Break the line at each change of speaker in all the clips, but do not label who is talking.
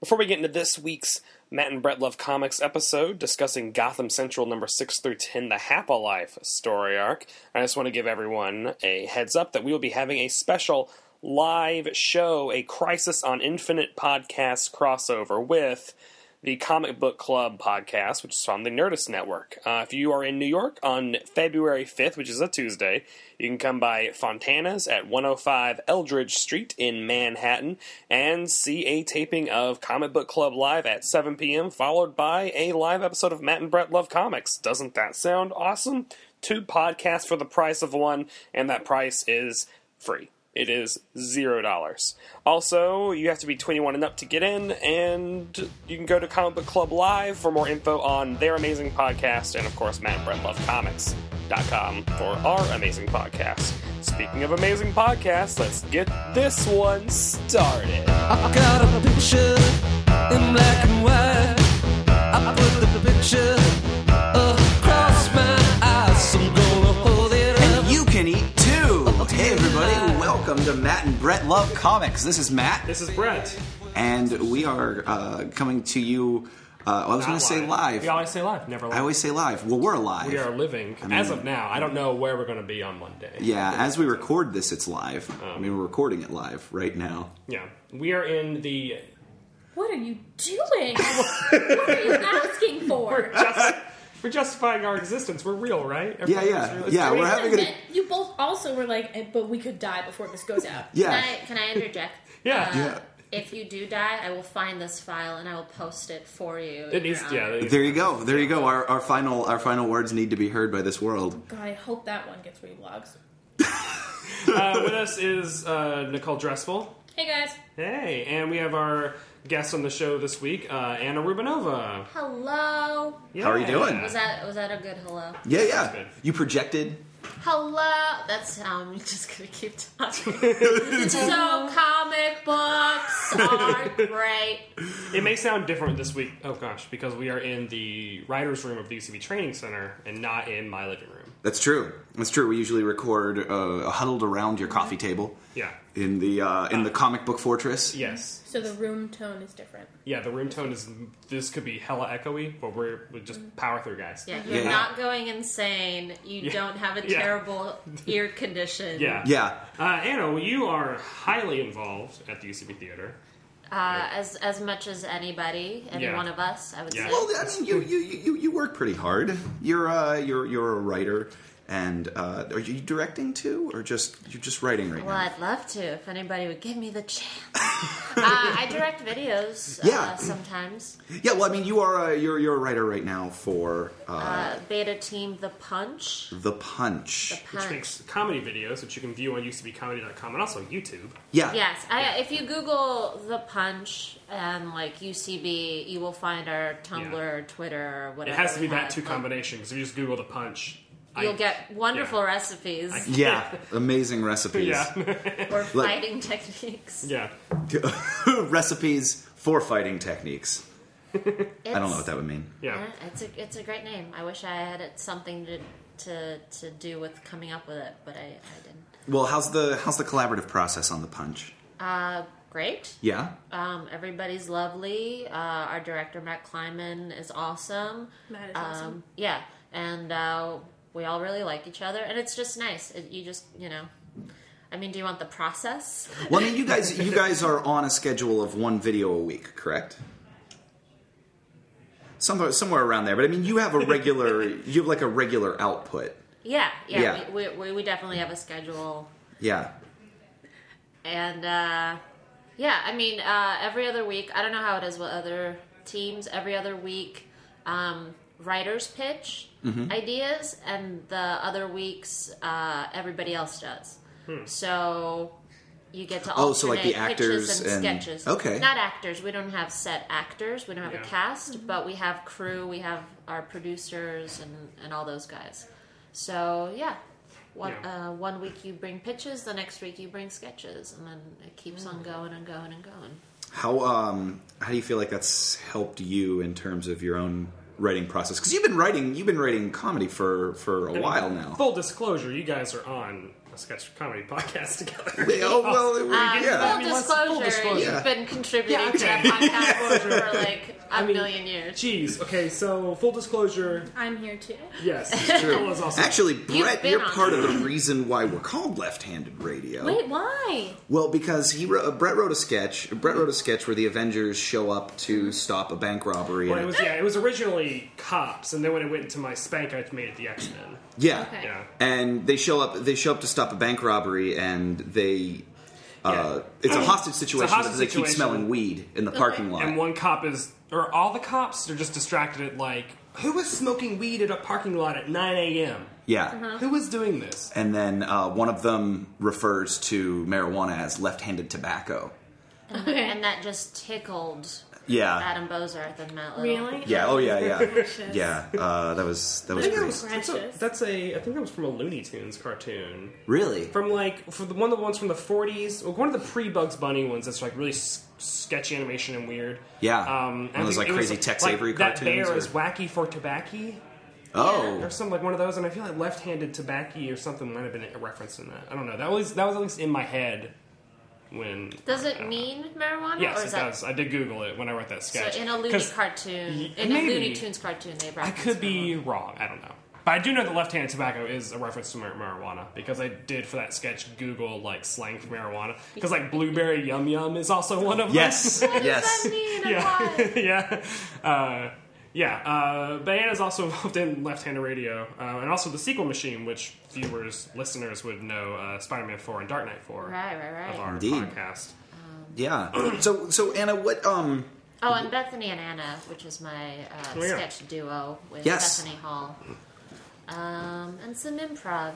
Before we get into this week's Matt and Brett Love Comics episode discussing Gotham Central number 6 through 10, the Hapalife story arc, I just want to give everyone a heads up that we will be having a special live show, a Crisis on Infinite podcast crossover with the Comic Book Club podcast, which is on the Nerdist Network. Uh, if you are in New York on February 5th, which is a Tuesday, you can come by Fontana's at 105 Eldridge Street in Manhattan and see a taping of Comic Book Club Live at 7 p.m., followed by a live episode of Matt and Brett Love Comics. Doesn't that sound awesome? Two podcasts for the price of one, and that price is free. It is zero dollars. Also, you have to be 21 and up to get in, and you can go to Comic Book Club Live for more info on their amazing podcast, and of course, Matt and Brett Love Comics.com for our amazing podcast. Speaking of amazing podcasts, let's get this one started.
I got a picture in black and white. I put the picture across my eyes. I'm gonna hold it up.
You can eat too. Hey, everybody, welcome to Matt and Brett Love Comics. This is Matt,
This is Brett.
and we are uh, coming to you. Uh, I was going to say live.
We always say live, never
I
live.
always say live. Well, we're alive.
We are living as of now. I don't know where we're going to be on Monday.
yeah, as we record this, it's live. I mean, we're recording it live right now.
Um, yeah. We are in the
What are you doing? what are you asking for?
just, we're justifying our existence. We're real, right?
Yeah, yeah, yeah. We're having
But
a
you both also were like, "Eh, but we could die before this goes out.
yeah.
Can I, can I interject?
Yeah.
Uh,
Yeah.
If you do die, I will find this file and I will post it for you. in
It needs,
your
yeah.
honor.
It needs,
There you go. There you go. Our, our final our final words need to be heard by this world.
God, I hope that one gets reblogs.
uh, with us is uh, Nicole Dressel.
Hey guys,
Hey, and we have our guest on the show this week, uh, Anna Rubinova.
Hello.
How are
Yeah.
you doing?
Was that was that a good hello?
Yeah,
good.
yeah. You projected.
Hello. That's um. You're just gonna keep talking. so comic books are great.
It may sound different this week. Oh gosh, because we are in the writers' room of the UCB Training Center and not in my living room.
That's true. That's true. We usually record uh, huddled around your coffee table.
Yeah.
in the uh, in the comic book fortress.
Yes.
so the room tone is different.
Yeah. The room tone is. This could be hella echoey, but we're we just power through, guys.
Mm. Yeah, you're
Yeah.
not going insane. You don't have a
Yeah.
terrible ear condition.
Yeah.
Yeah,
Uh, Anna, well, you are highly involved at the UCB Theater.
Uh, as as much as anybody, any
Yeah.
one of us, I would
Yeah.
say.
Well, I mean, you you, you, you work pretty hard. You're uh, you're you're a writer, and uh, are you directing too, or just you're just writing right
Well,
now?
I'd love to if anybody would give me the chance. uh, I direct videos uh,
Yeah.
sometimes.
Yeah. Well, I mean, you are a, you're you're a writer right now for uh,
Uh, beta team The Punch.
the Punch.
which makes comedy videos, which you can view on uscbcomedy.com and also YouTube.
yeah.
Yes, I, if you Google The Punch and like UCB, you will find our Tumblr,
Yeah.
Twitter, whatever.
It has to be
we
that
have.
two
Like,
combination because if you just Google the punch, I-
You'll get wonderful
Yeah.
recipes
Yeah, amazing recipes.
Yeah,
or
Like-
fighting techniques.
yeah.
recipes for fighting techniques.
It's,
I don't know what that would mean.
Yeah.
It's a it's a great name. I wish I had it something to to to do with coming up with it, but I, I didn't.
Well, how's the how's the collaborative process on the Punch?
Uh, great.
Yeah.
Um, everybody's lovely. Uh, our director Matt Kleiman is awesome.
Matt is
um,
awesome.
Yeah, and uh, we all really like each other, and it's just nice. It, you just you know, I mean, do you want the process?
Well, I mean, you guys you guys are on a schedule of one video a week, correct? Somewhere somewhere around there. But I mean, you have a regular you have like a regular output.
Yeah, yeah.
Yeah.
We, we we definitely have a schedule,
Yeah.
and uh, yeah, I mean, uh, every other week. I don't know how it is with other teams. Every other week, um, writers pitch
Mm-hmm.
ideas, and the other weeks, uh, everybody else does. So you get to alternate
Oh, so, like, the actors
pitches and,
and-
sketches.
okay.
not actors. We don't have set actors. We don't have
Yeah.
a cast, but we have crew. We have our producers and and all those guys. So yeah. One,
Yeah.
Uh, one week you bring pitches, the next week you bring sketches, and then it keeps
Mm.
on going and going and going.
How um how do you feel like that's helped you in terms of your own writing process? Cuz you've been writing you've been writing comedy for for a while now.
Full disclosure: you guys are on a a sketch comedy podcast together.
Oh, well, it would-
Um,
yeah.
full,
mean, what's-
disclosure,
full disclosure.
you've
Yeah.
been contributing
Yeah,
to that podcast for like a
I mean,
million years.
Jeez. Okay, so full disclosure.
I'm here too.
Yes,
true.
It was also-
Actually, Brett,
been
you're
on
part
it.
of the reason why we're called left-handed radio.
Wait, why?
Well, because he wrote, uh, Brett wrote a sketch. Brett wrote a sketch where the Avengers show up to stop a bank robbery.
Well,
and
it was yeah. It was originally cops, and then when it went into my spank, I made it the X Men.
yeah,
Okay.
Yeah.
and they show up. They show up to stop a bank robbery, and they. Uh,
Yeah.
It's a hostage situation
hostage
because they keep
situation.
smelling weed in the parking lot.
And one cop is, or all the cops are just distracted at like, who was smoking weed at a parking lot at 9 a.m.
yeah.
Uh-huh.
Who was doing this?
And then uh, one of them refers to marijuana as left-handed tobacco.
And that just tickled
Uh,
Yeah.
Adam Bozarth and Matt Little.
Really?
Yeah. Oh yeah. Yeah.
Precious.
yeah. Uh, that was that was
I think that
pretty.
was that's a,
Precious.
that's a I think that was from a Looney Tunes cartoon.
Really?
From like for the one of the ones from the 40s, or one of the pre Bugs Bunny ones that's like really s- sketchy animation and weird.
Yeah.
Um,
One
and
of
I think
those, like,
it was,
crazy Tex Avery
that
cartoons,
bear
or-
is wacky for tobacco.
Oh.
Or some like one of those, and I feel like left-handed tobacco or something might have been a reference in that. I don't know. That was that was at least in my head when.
Does
I
it
don't know.
mean marijuana?
Yes,
or
it
is that
does. I did Google it when I wrote that sketch.
so in a Looney
'Cause
cartoon?
y-
In
maybe.
a Looney Tunes cartoon, they brought.
I could be wrong. I don't know. But I do know that left-handed tobacco is a reference to mar- marijuana because I did for that sketch Google like slang for marijuana because like blueberry yum yum is also one of
Yes.
them.
yes.
Does that mean and why?
yeah, yeah, uh, yeah. Uh, Banana's also involved in left-handed radio uh, and also the sequel machine, which viewers, listeners would know uh, Spider-Man Four and Dark Knight Four
Right, right, right.
of our
Indeed.
podcast.
Yeah. So so Anna, what um
Oh, and Bethany and Anna, which is my uh,
Oh, yeah.
sketch duo with
Yes.
Bethany Hall, um, and some improv.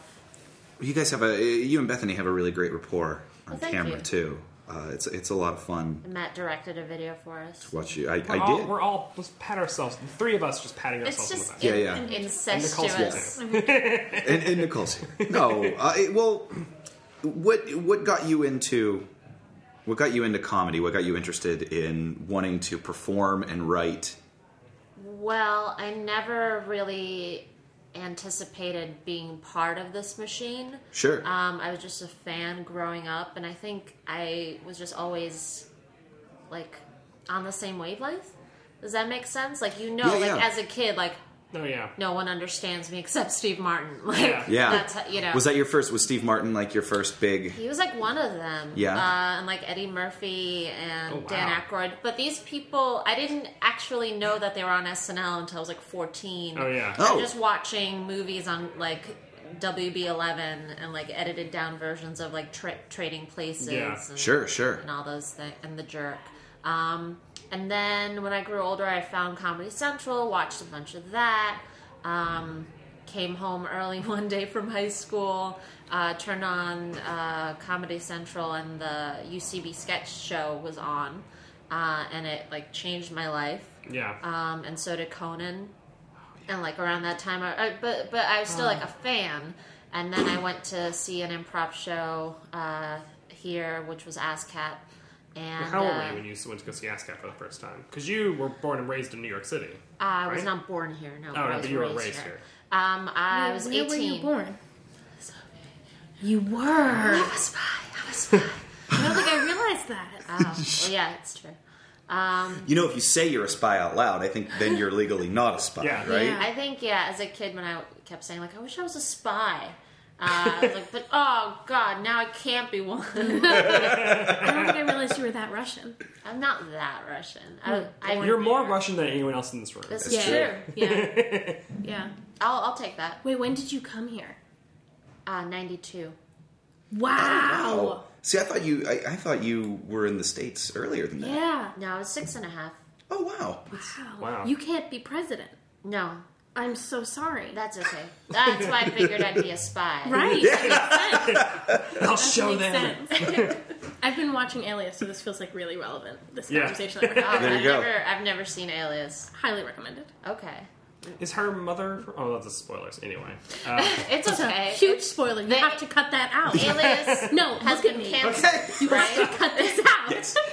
you guys have a you and Bethany have a really great rapport on
Well, thank
camera
you.
too. Uh, it's it's a lot of fun.
Matt directed a video for us.
to Watch you. I,
We're
I
all,
did.
We're all just pat ourselves. The three of us just patting
It's
ourselves
just
on the back.
Yeah, yeah.
in-
Nicole's
incestuous.
And, and Nicole's here. No. Uh, it- well, what what got you into what got you into comedy? What got you interested in wanting to perform and write?
Well, I never really anticipated being part of this machine.
Sure.
Um, I was just a fan growing up, and I think I was just always like on the same wavelength. Does that make sense? Like you know,
Yeah,
like
yeah.
as a kid, like
Oh yeah.
no one understands me except Steve Martin. Like
Yeah.
yeah.
that's how, you know.
Was that your first? Was Steve Martin like your first big?
He was like one of them.
Yeah.
Uh, and like Eddie Murphy and
Oh, wow.
Dan Aykroyd. But these people, I didn't actually know that they were on SNL until I was like 14.
Oh, yeah.
I'm
Oh.
just watching movies on like WB11 and like edited down versions of like tra- Trading Places.
Yeah.
And,
Sure, sure.
And all those things. And The Jerk. Um, and then when I grew older, I found Comedy Central, watched a bunch of that. Um, came home early one day from high school, uh, turned on uh, Comedy Central, and the UCB sketch show was on, uh, and it like changed my life.
Yeah.
Um, and so did Conan, and like around that time, I, I but but I was still like a
Ah.
fan. And then I went to see an improv show uh, here, which was Ass Cat. And
How old
uh,
were you when you went to go see ASCAP for the first time? Because you were born and raised in New York City.
I
right?
was
Oh,
not born here. No,
no,
I
but
was
you were
raised,
raised
here.
here.
Um, I was
Where
eighteen.
were you born? You were. I
I was five. I was five.
don't think I realized that.
Oh, well, yeah, it's true.
You know, if you say you're a spy out loud, I think then you're legally not a spy,
Yeah.
right?
Yeah.
I think yeah. As a kid, when I kept saying like, "I wish I was a spy," uh, I was like, "But oh god, now I can't be one."
I don't think I realized you were that Russian.
I'm not that Russian. I, I,
You're more Russian than anyone else in this room.
This
yeah.
is true.
Yeah. yeah.
I'll, I'll take that.
Wait, when did you come here?
Uh, Ninety-two.
Wow.
Oh, see, I thought you, I, I thought you were in the states earlier than that.
Yeah.
No, I was six and a half.
Oh wow.
Wow.
Wow.
You can't be president.
No,
I'm so sorry.
that's okay. That's why I figured I'd be a spy.
right. That makes sense.
I'll
That
show
makes
them.
sense. I've been watching Alias, so this feels like really relevant. This
Yeah.
conversation that we're
Oh,
having.
There you
I've
go.
Never, I've never seen Alias.
Highly recommended.
Okay,
Is her mother? Oh, that's a spoilers. Anyway,
it's okay.
Huge spoiler. You
They-
have to cut that out.
Alias
No,
has
look at
been
me.
canceled.
Okay.
You have to
Right?
cut this out.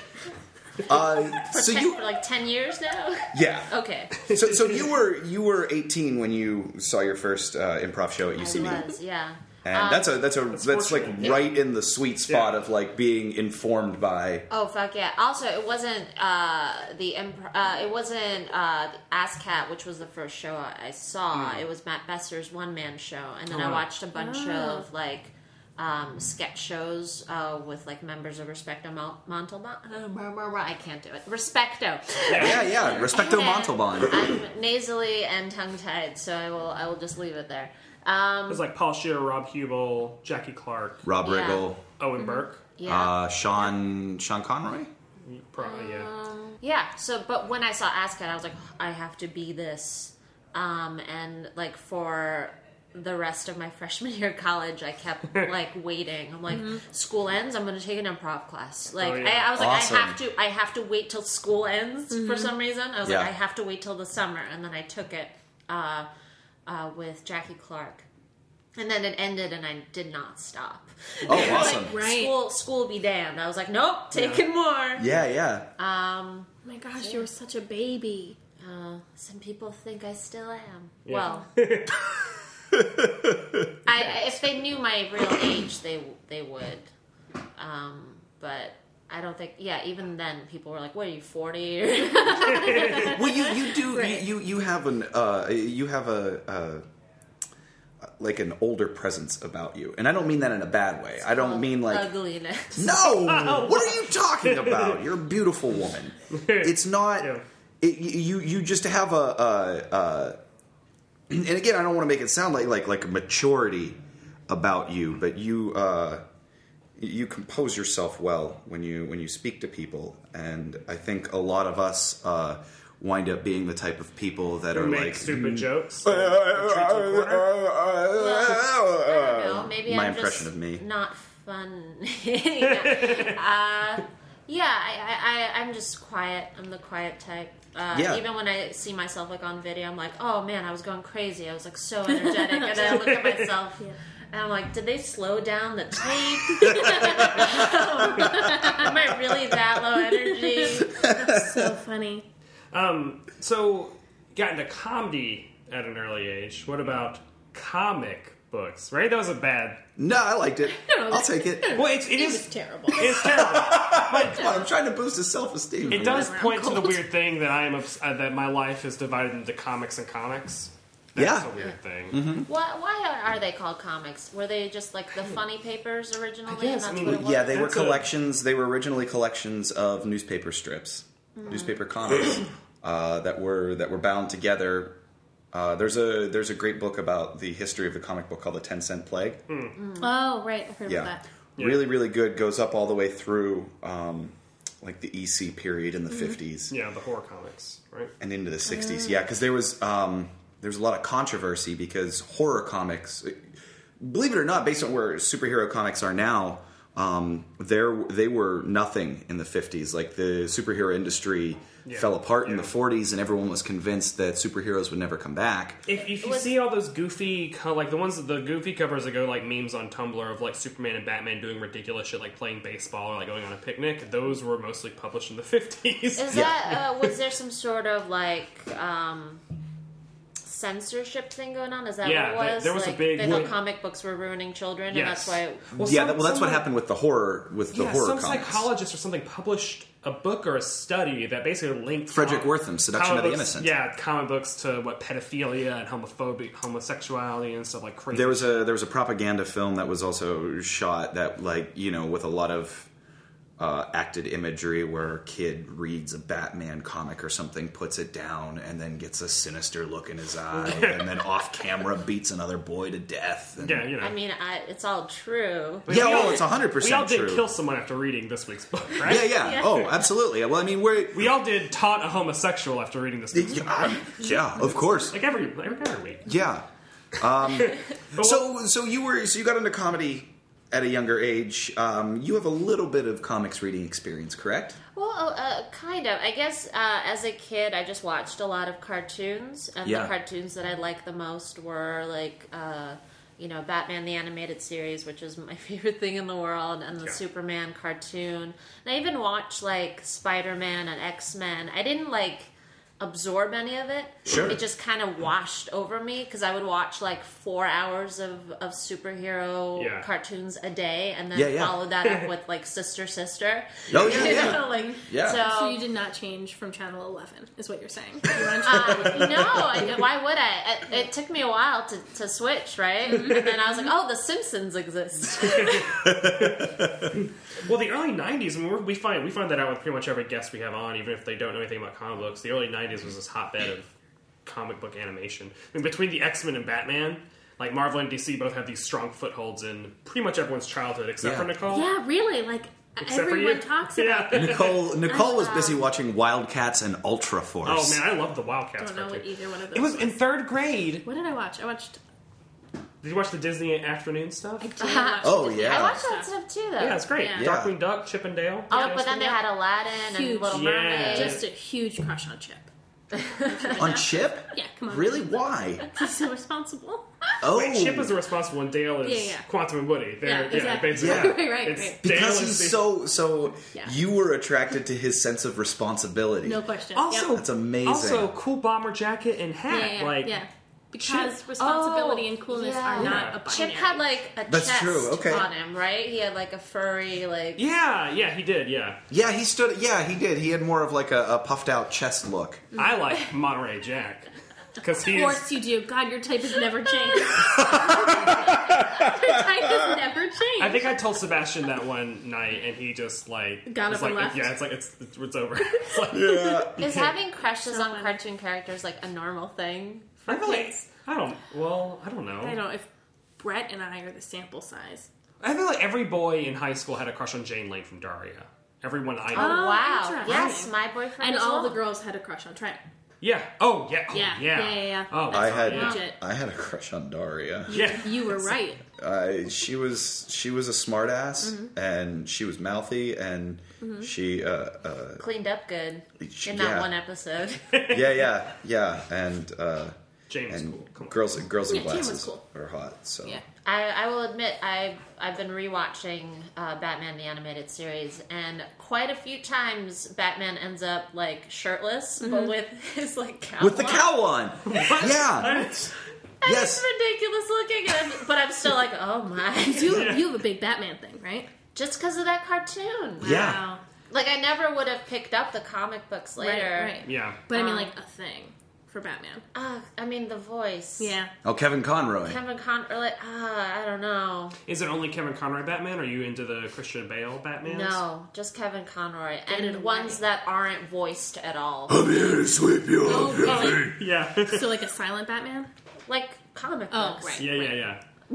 Uh, so you,
for like 10 years now.
yeah.
Okay.
So, so you were you were 18 when you saw your first uh, improv show at
I
UCB.
was, yeah.
and that's a that's a
that's
that's, like
fortunate, yeah.
right in the sweet spot
Yeah.
of like being informed by.
Oh fuck yeah! Also, it wasn't uh, the imp- uh, it wasn't uh, Ass Cat, which was the first show I I saw. It was Matt Besser's one man show, and then I
wow.
watched a bunch of like um, sketch shows uh, with like members of Respecto Mal- Montalban. I can't do it. Respecto.
Yeah, yeah, Respecto Montalban.
I'm nasally and tongue tied, so I will I will just leave it there.
It
Um,
was like Paul Shear, Rob Hubel, Jackie Clark,
Rob
Yeah.
Riggle,
Owen Burke.
yeah.
uh, Sean Sean Conroy.
Probably, yeah.
Yeah. So, but when I saw Ascot, I was like, I have to be this. Um, and like for the rest of my freshman year of college, I kept like waiting. I'm like,
Mm-hmm.
school ends. I'm going to take an improv class. Like,
yeah.
I, I was like,
Oh, Awesome. Mm-hmm.
I have to. I have to wait till school ends for some reason. I was
Yeah.
like, I have to wait till the summer, and then I took it uh, uh, with Jackie Clark. And then it ended, and I did not stop.
Oh, awesome!
Right.
School, school be damned. I was like, nope, taking more.
Yeah, yeah.
Um,
Oh my gosh, you were such a baby.
Uh, some people think I still am.
Yeah.
Well, I, I- if they knew my real age, they they would. Um, but I don't think. Yeah, even then, people were like, "What are you 40?
well, you you do
Right.
you, you you have an uh, you have a. Uh, like an older presence about you, and I don't mean that in a bad way. I don't mean like
ugliness.
No, what are you talking about? You're a beautiful woman. It's not.
Yeah.
It, you you just have a, a, a and again, I don't want to make it sound like like like maturity about you, but you uh, you compose yourself well when you when you speak to people, and I think a lot of us uh, wind up being the type of people that are
Make
like.
stupid jokes. like, retreat to a corner.
I don't know. Maybe
Uh, My
I'm
impression
just
of me.
not fun. yeah, uh, yeah I, I, I, I'm just quiet. I'm the quiet type. Uh,
Yeah.
Even when I see myself like on video, I'm like, oh man, I was going crazy. I was like so energetic, and then I look at myself. And I'm like, did they slow down the tape? Am I really that low energy?
So funny.
Um, So, got into comedy at an early age. What about comic books? Right? That was a bad.
No, I liked it.
no,
I'll take it.
Well, it's, it
It was
is.
terrible.
It's terrible.
Come on, I'm trying to boost his self esteem.
It does
Around
point to the
cold.
weird thing that I am obs- uh, that my life is divided into comics and comics. That's
Yeah. Mm-hmm.
a weird thing.
Why, why are they called comics? Were they just like the funny papers originally? and
guess, I
that's
mean,
what it was?
Yeah, they were
That's a-
collections. They were originally collections of newspaper strips, newspaper comics uh, that were that were bound together. Uh, there's a there's a great book about the history of the comic book called the Ten Cent Plague.
Oh, right. I heard
Yeah.
about that.
really really good. Goes up all the way through um, like the EC period in the 50s
Yeah, the horror comics, right?
and into the 60s. Yeah, because there was um, there was a lot of controversy because horror comics, believe it or not, based on where superhero comics are now, um, there they were nothing in the 50s. Like the superhero industry fell apart in the 40s, and everyone was convinced that superheroes would never come back.
If, if you
was-
see all those goofy, co- like the ones that the goofy covers that go like memes on Tumblr of like Superman and Batman doing ridiculous shit, like playing baseball or like going on a picnic, those were mostly published in the fifties.
Is
Yeah.
that uh, was there some sort of like um, censorship thing going on? Is that
Yeah,
what it
there-
was?
there was a
like,
big-
they thought
Well-
comic books were ruining children,
Yes.
and that's why.
yeah, that, well, that's what happened with the horror with the
yeah,
horror
some
comics.
psychologist or something published a book or a study that basically linked
Frederick
com-
Wortham, Seduction
comic
of the
books-
Innocent.
Yeah, comic books to what pedophilia and homophobic homosexuality and stuff like crazy.
There was a there was a propaganda film that was also shot that like you know with a lot of uh, acted imagery where a kid reads a Batman comic or something, puts it down, and then gets a sinister look in his eye, and then off camera beats another boy to death. And,
yeah, you know.
I mean, I, it's all true.
yeah,
We
oh,
all-
it's hundred
we all
percent
did
true.
kill someone after reading this week's book, right?
yeah, yeah, Oh, absolutely. Well, I mean, we're
We all did taunt a homosexual after reading this week's
yeah,
book.
I- yeah, of course,
Like every every, every week.
yeah. Um, so, so you were so you got into comedy at a younger age. Um, you have a little bit of comics reading experience, correct?
Well, uh, uh, kind of. I guess uh, as a kid, I just watched a lot of cartoons, and
Yeah.
the cartoons that I liked the most were like, uh, you know, Batman the animated series, which is my favorite thing in the world, and the
Yeah.
Superman cartoon. And I even watched like Spider Man and X Men. I didn't like absorb any of it.
Sure.
It just kind of washed over me because I would watch like four hours of, of superhero
Yeah.
cartoons a day and then
Yeah, yeah.
follow that up with like Sister Sister.
Oh, yeah,
You
yeah.
know, like,
Yeah.
So,
So you did not change from Channel 11, is what you're saying. You were on Channel 11.
no, I- why would I? It, it took me a while to, to switch, right? And then I was like, oh, The Simpsons exist.
Well, the early '90s, I mean, we're, we find we find that out with pretty much every guest we have on, even if they don't know anything about comic books. The early '90s was this hotbed of comic book animation. I mean, between the X Men and Batman, like Marvel and DC both have these strong footholds in pretty much everyone's childhood, except
Yeah.
for Nicole.
Yeah, really. Like,
Except for
everyone
you.
talks
yeah.
about
Nicole Nicole was busy
um,
watching Wildcats and Ultra Force.
Oh man, I love the Wildcats
don't know what
cartoon.
either one of those
It was in third grade.
What did I watch? I watched.
Did you watch the Disney afternoon stuff?
I did watch
Oh,
Disney
yeah.
I
Channel
watched that stuff too, though.
Yeah, it's great.
Yeah.
Yeah.
Darkwing Duck, Chip and Dale.
Oh, but then they had Aladdin
Huge.
and Little
Yeah.
Mermaid.
Just a huge crush on Chip.
on Chip?
Yeah, come on.
Really? Why?
He's so responsible.
Oh,
Wait, Chip is the responsible one. Dale is
Yeah, yeah.
Quantum and Woody. They're, yeah,
Yeah, exactly.
basically.
Yeah.
Right, right,
It's
right.
Dale
because
is the-
he's so so.
Yeah.
You were attracted to his sense of responsibility.
No question.
Also,
Yep.
That's amazing.
Also, cool bomber jacket and hat.
yeah, yeah,
like,
yeah. Oh, Because responsibility and coolness
yeah.
are not a binary.
Chip had like a
That's
chest
true, okay.
on him, right? He had like a furry, like
yeah, yeah, he did. Yeah,
yeah, he stood. Yeah, he did. He had more of like a, a puffed out chest look.
I like Monterey Jack because
Of
he is.
course you do. God, your type has never changed. your type has never changed.
I think I told Sebastian that one night, and he just like
Got
was
up and
like,
left.
Yeah, it's like it's it's, it's over. It's like,
Yeah.
is having crushes
So
on
funny.
cartoon characters like a normal thing for
I feel like
kids.
I don't. Well, I don't know.
I don't know if Brett and I are the sample size.
I feel like every boy in high school had a crush on Jane Lane from Daria. Everyone I know.
Oh,
wow!
interesting.
Yes, my boyfriend
And
as
all
well.
the girls had a crush on Trent.
yeah. Oh yeah. Oh,
Yeah,
Yeah.
yeah, yeah, yeah.
Oh,
I
wow,
had
yeah.
Legit.
I had a crush on Daria.
Yeah.
You were right.
Uh, she was she was a smartass,
Mm-hmm.
and she was mouthy, and she uh, uh,
cleaned up good
She-
in that
yeah.
one episode.
yeah yeah yeah, and uh,
Jane was
and
cool. Come on.
girls girls in
Yeah, Jane was
glasses
cool.
are hot. So
Yeah.
I, I will admit I I've been rewatching uh, Batman the animated series, and quite a few times Batman ends up like shirtless, but with his like cowl
with the
on.
cow on, yeah,
And
yes.
it's ridiculous looking, and I'm, but I'm still like, oh my,
You, you have a big Batman thing, right?
just because of that cartoon.
Yeah.
Wow.
Like I never would have picked up the comic books later.
Right, right.
Yeah.
But I mean,
Um,
like, a thing for Batman.
Ugh, I mean the voice.
Yeah.
Oh, Kevin Conroy.
Kevin Con or like ah, I don't know.
Is it only Kevin Conroy Batman? Are you into the Christian Bale Batman?
No, just Kevin Conroy
in the
and ones
way.
that aren't voiced at all,
I'm here to sweep you
Oh, really?
Yeah.
So, like, a silent Batman?
like comic
Oh,
books.
right.
yeah, yeah, yeah.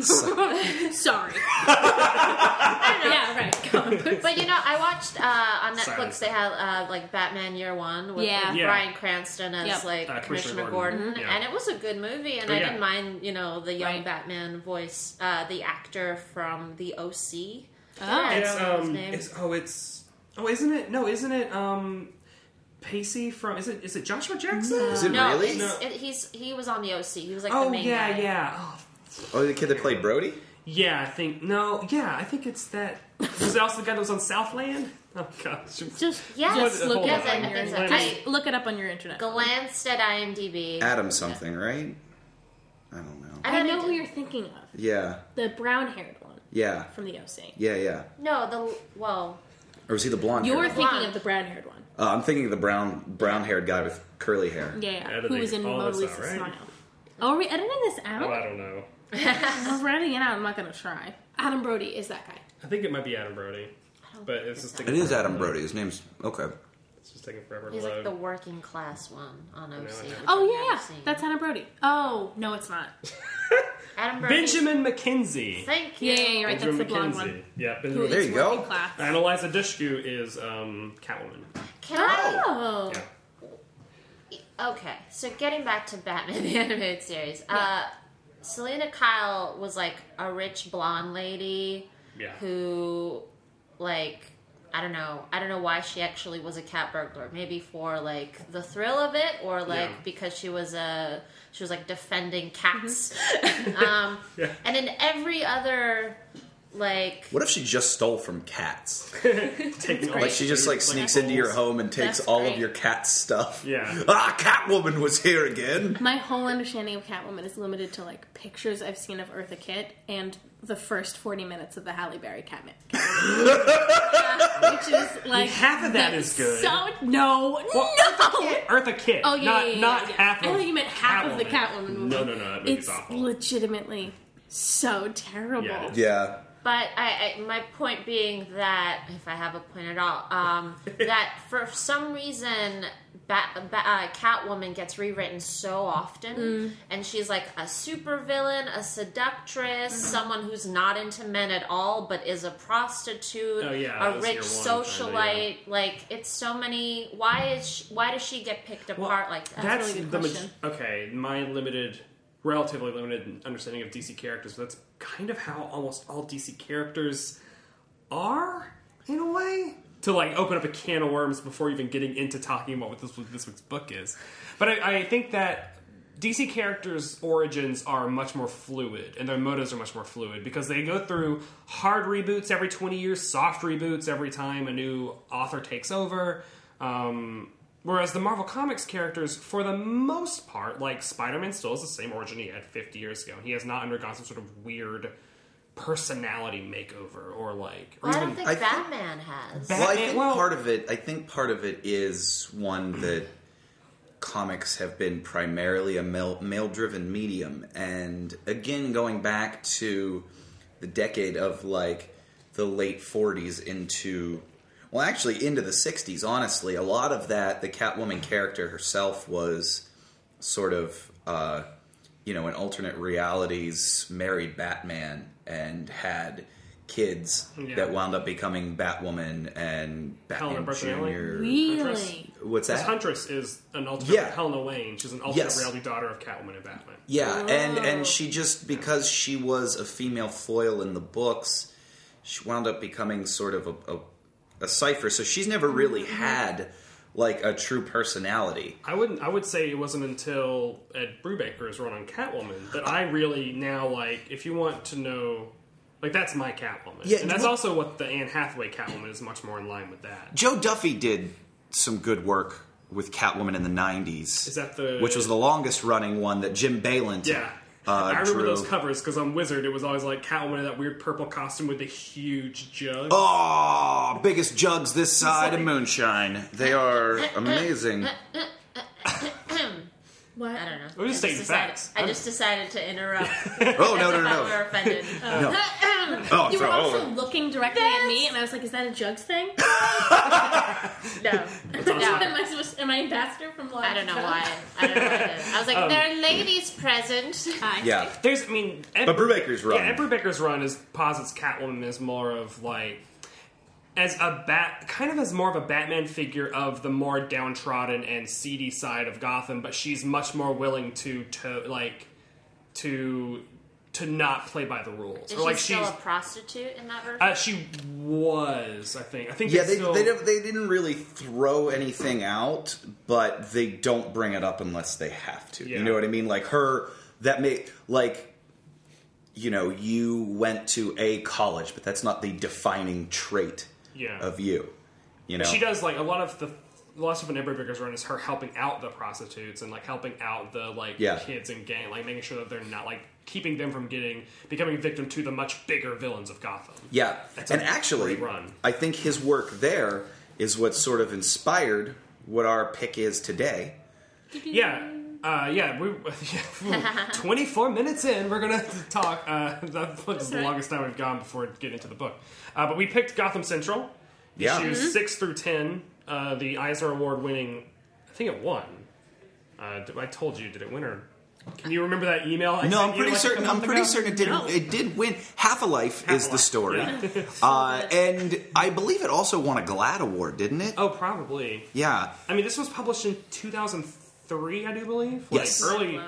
Sorry. yeah, right.
But you know, I watched uh, on
Sorry.
Netflix. They had uh, like Batman Year One with
Yeah.
Yeah.
Brian Cranston as
Yep.
like
Uh, Commissioner
Commissioner
Gordon.
Gordon,
Mhm. Yeah.
and it was a good movie. And
Oh,
I
yeah.
didn't mind, you know, the young
Right.
Batman voice, uh, the actor from The OC.
Oh.
I don't
It's
know his
um,
name.
it's, oh, it's oh, isn't it? No, isn't it um, Pacey from? Is it is it Joshua Jackson?
Is it
no,
really?
it's- It, he's he was on The OC. He was like
Oh
the main
yeah,
guy.
yeah, oh,
Oh, the kid that played Brody.
yeah. I think no, yeah, I think it's that. Was it also the guy that was on Southland? Oh gosh.
Just,
Yes,
just
Hold
look,
on.
it
yes,
up
I,
on
I
your
think so.
internet.
I
look it up on your internet.
glanced at IMDb.
Adam something, right? I don't know.
I
I
don't
know who
know.
you're thinking of.
Yeah,
The brown haired one
yeah,
from the OC.
yeah, yeah.
No, the well,
Or was he the blonde?
You're
haired?
thinking of the brown haired one.
Uh, I'm thinking of the brown brown haired guy with curly hair.
Yeah, yeah.
Editing
Who was in
all
Mona
this
Lisa's
out, right?
Smile. Oh, are we editing this out?
Oh, I don't know.
We're editing it out. I'm not going to try. Adam Brody is that guy.
I think it might be Adam Brody, but it's just
It
taking
is
forever.
Adam Brody. His name's okay.
It's just taking forever to
he's like
load.
the working class one on
I
OC.
know.
which
Oh,
I've
yeah,
never
yeah.
seen.
That's Adam Brody. Oh, no, it's not.
Adam Brody.
Benjamin McKenzie.
Thank you.
Yeah, yeah, you're right. That's
Benjamin
the blonde
McKenzie.
one.
Yeah,
Who
Benjamin.
There
is
you go.
working Class.
And Eliza Dushku is um, Catwoman.
Can I?
Oh.
Yeah.
Okay, so getting back to Batman the animated series, uh, Selena Kyle was like a rich blonde lady
Yeah.
who, like, I don't know, I don't know why she actually was a cat burglar. Maybe for like the thrill of it, or like
Yeah.
because she was a she was like defending cats. um,
Mm-hmm. Yeah.
And in every other Like,
What if she just stole from cats?
Taking all
Like she just like sneaks into your home and takes
That's
all of
great.
your cat stuff.
Yeah.
Ah, Catwoman was here again.
My whole understanding of Catwoman is limited to like pictures I've seen of Eartha Kitt and the first forty minutes of the Halle Berry Catman, which is like
Half of that is good.
So no, no.
Eartha Kitt.
Oh yeah,
not,
yeah, yeah,
not
yeah.
half.
I
of
thought you meant half of the Catwoman movie.
No, no, no. That movie's
It's
awful.
legitimately so terrible.
Yeah, it is.
Yeah.
But I, I, my point being that, if I have a point at all, um, that for some reason, Bat, Bat, uh, Catwoman gets rewritten so often,
Mm.
and she's like a supervillain, a seductress,
Mm-hmm.
someone who's not into men at all, but is a prostitute,
Oh, yeah, that
a
was
rich
year one,
socialite.
kinda, yeah.
Like it's so many. Why is she, why does she get picked
Well,
apart like that?
That's,
really good
the ma-
question.
okay. My limited, relatively limited understanding of DC characters. That's kind of how almost all DC characters are, in a way. To like open up a can of worms before even getting into talking about what this what this week's book is, but I, I think that DC characters' origins are much more fluid, and their motives are much more fluid because they go through hard reboots every twenty years, soft reboots every time a new author takes over. Um, Whereas the Marvel Comics characters, for the most part, like Spider Man still has the same origin he had 50 years ago, and he has not undergone some sort of weird personality makeover or like. Or
Well, I don't think
I think-
Batman has.
Well, I
Batman-
think
well-
part of it. I think part of it is one that comics have been primarily a male male driven medium, and again going back to the decade of like the late forties into well, actually into the sixties. Honestly, a lot of that the Catwoman character herself was sort of. Uh, you know, in alternate realities, married Batman and had kids
Yeah.
that wound up becoming Batwoman and
Helena
Batman
Bertinelli?
Jr.
Really?
Because
What's that?
Huntress is an alternate
Yeah.
Helena Wayne. She's an alternate
Yes.
reality daughter of Catwoman and Batman.
Yeah, and
Whoa.
and she just because she was a female foil in the books, she wound up becoming sort of a, a, a cipher. So she's never really had like a true personality.
I wouldn't. I would say it wasn't until Ed Brubaker's run on Catwoman that I really now like. If you want to know, like that's my Catwoman,
Yeah,
and that's
well-
also what the Anne Hathaway Catwoman is much more in line with that.
Joe Duffy did some good work with Catwoman in the '90s.
Is that the-
which was the longest running one that Jim Balint?
Yeah.
uh,
I remember
drew.
those covers because on Wizard it was always like Catwoman in that weird purple costume with the huge jug.
Oh, biggest jugs this side of moonshine. They are amazing.
What?
I don't know.
We're just
I
stating
decided-
facts.
I just decided to interrupt.
Oh no no
as
no!
if I were
no.
offended.
Oh,
You
so,
were also
oh,
looking directly at me, and I was like, "Is that a Jugs thing?
no.
am,
no.
I supposed, am I ambassador from Live
I don't know
Jugs?
why. I don't know why I did. I was like, there are ladies present.
Hi.
yeah.
There's, I mean, Ed,
But Brubaker's run.
Yeah, Ed Brubaker's run is posits Catwoman as more of like as a bat, kind of as more of a Batman figure of the more downtrodden and seedy side of Gotham, but she's much more willing to to like to to not play by the rules.
Is
or like
she still
she's
a prostitute in that version?
uh, she was, I think. I think
Yeah,
it's
they,
still,
they, don't- they didn't really throw anything out, but they don't bring it up unless they have to.
Yeah.
You know what I mean? Like her, that may, like, you know, you went to a college, but that's not the defining trait
Yeah.
of you. You know?
She does like a lot of the a lot of stuff in Ember Vickers run is her helping out the prostitutes and like helping out the like
Yeah.
kids and gang, like making sure that they're not like keeping them from getting becoming victim to the much bigger villains of Gotham.
Yeah,
That's
and
a
actually,
great run.
I think his work there is what sort of inspired what our pick is today.
Yeah. Uh, yeah, we yeah, twenty four minutes in, we're gonna talk. Uh, that was the
right.
longest time we've gone before getting into the book. Uh, but we picked Gotham Central
Yeah,
issues six through ten. Uh, the Eisner Award winning, I think it won. Uh, d- I told you, did it win or? Can you remember that email? I
no,
sent
I'm
you,
pretty
like, a
certain. I'm
month
pretty
ago?
certain it did.
No.
It did win. Half a Life is the
Half-Life,
story,
yeah.
uh, and I believe it also won a Glad Award, didn't it?
Oh, probably.
Yeah,
I mean, this was published in 2003, I do believe. Like,
Yes.
Early,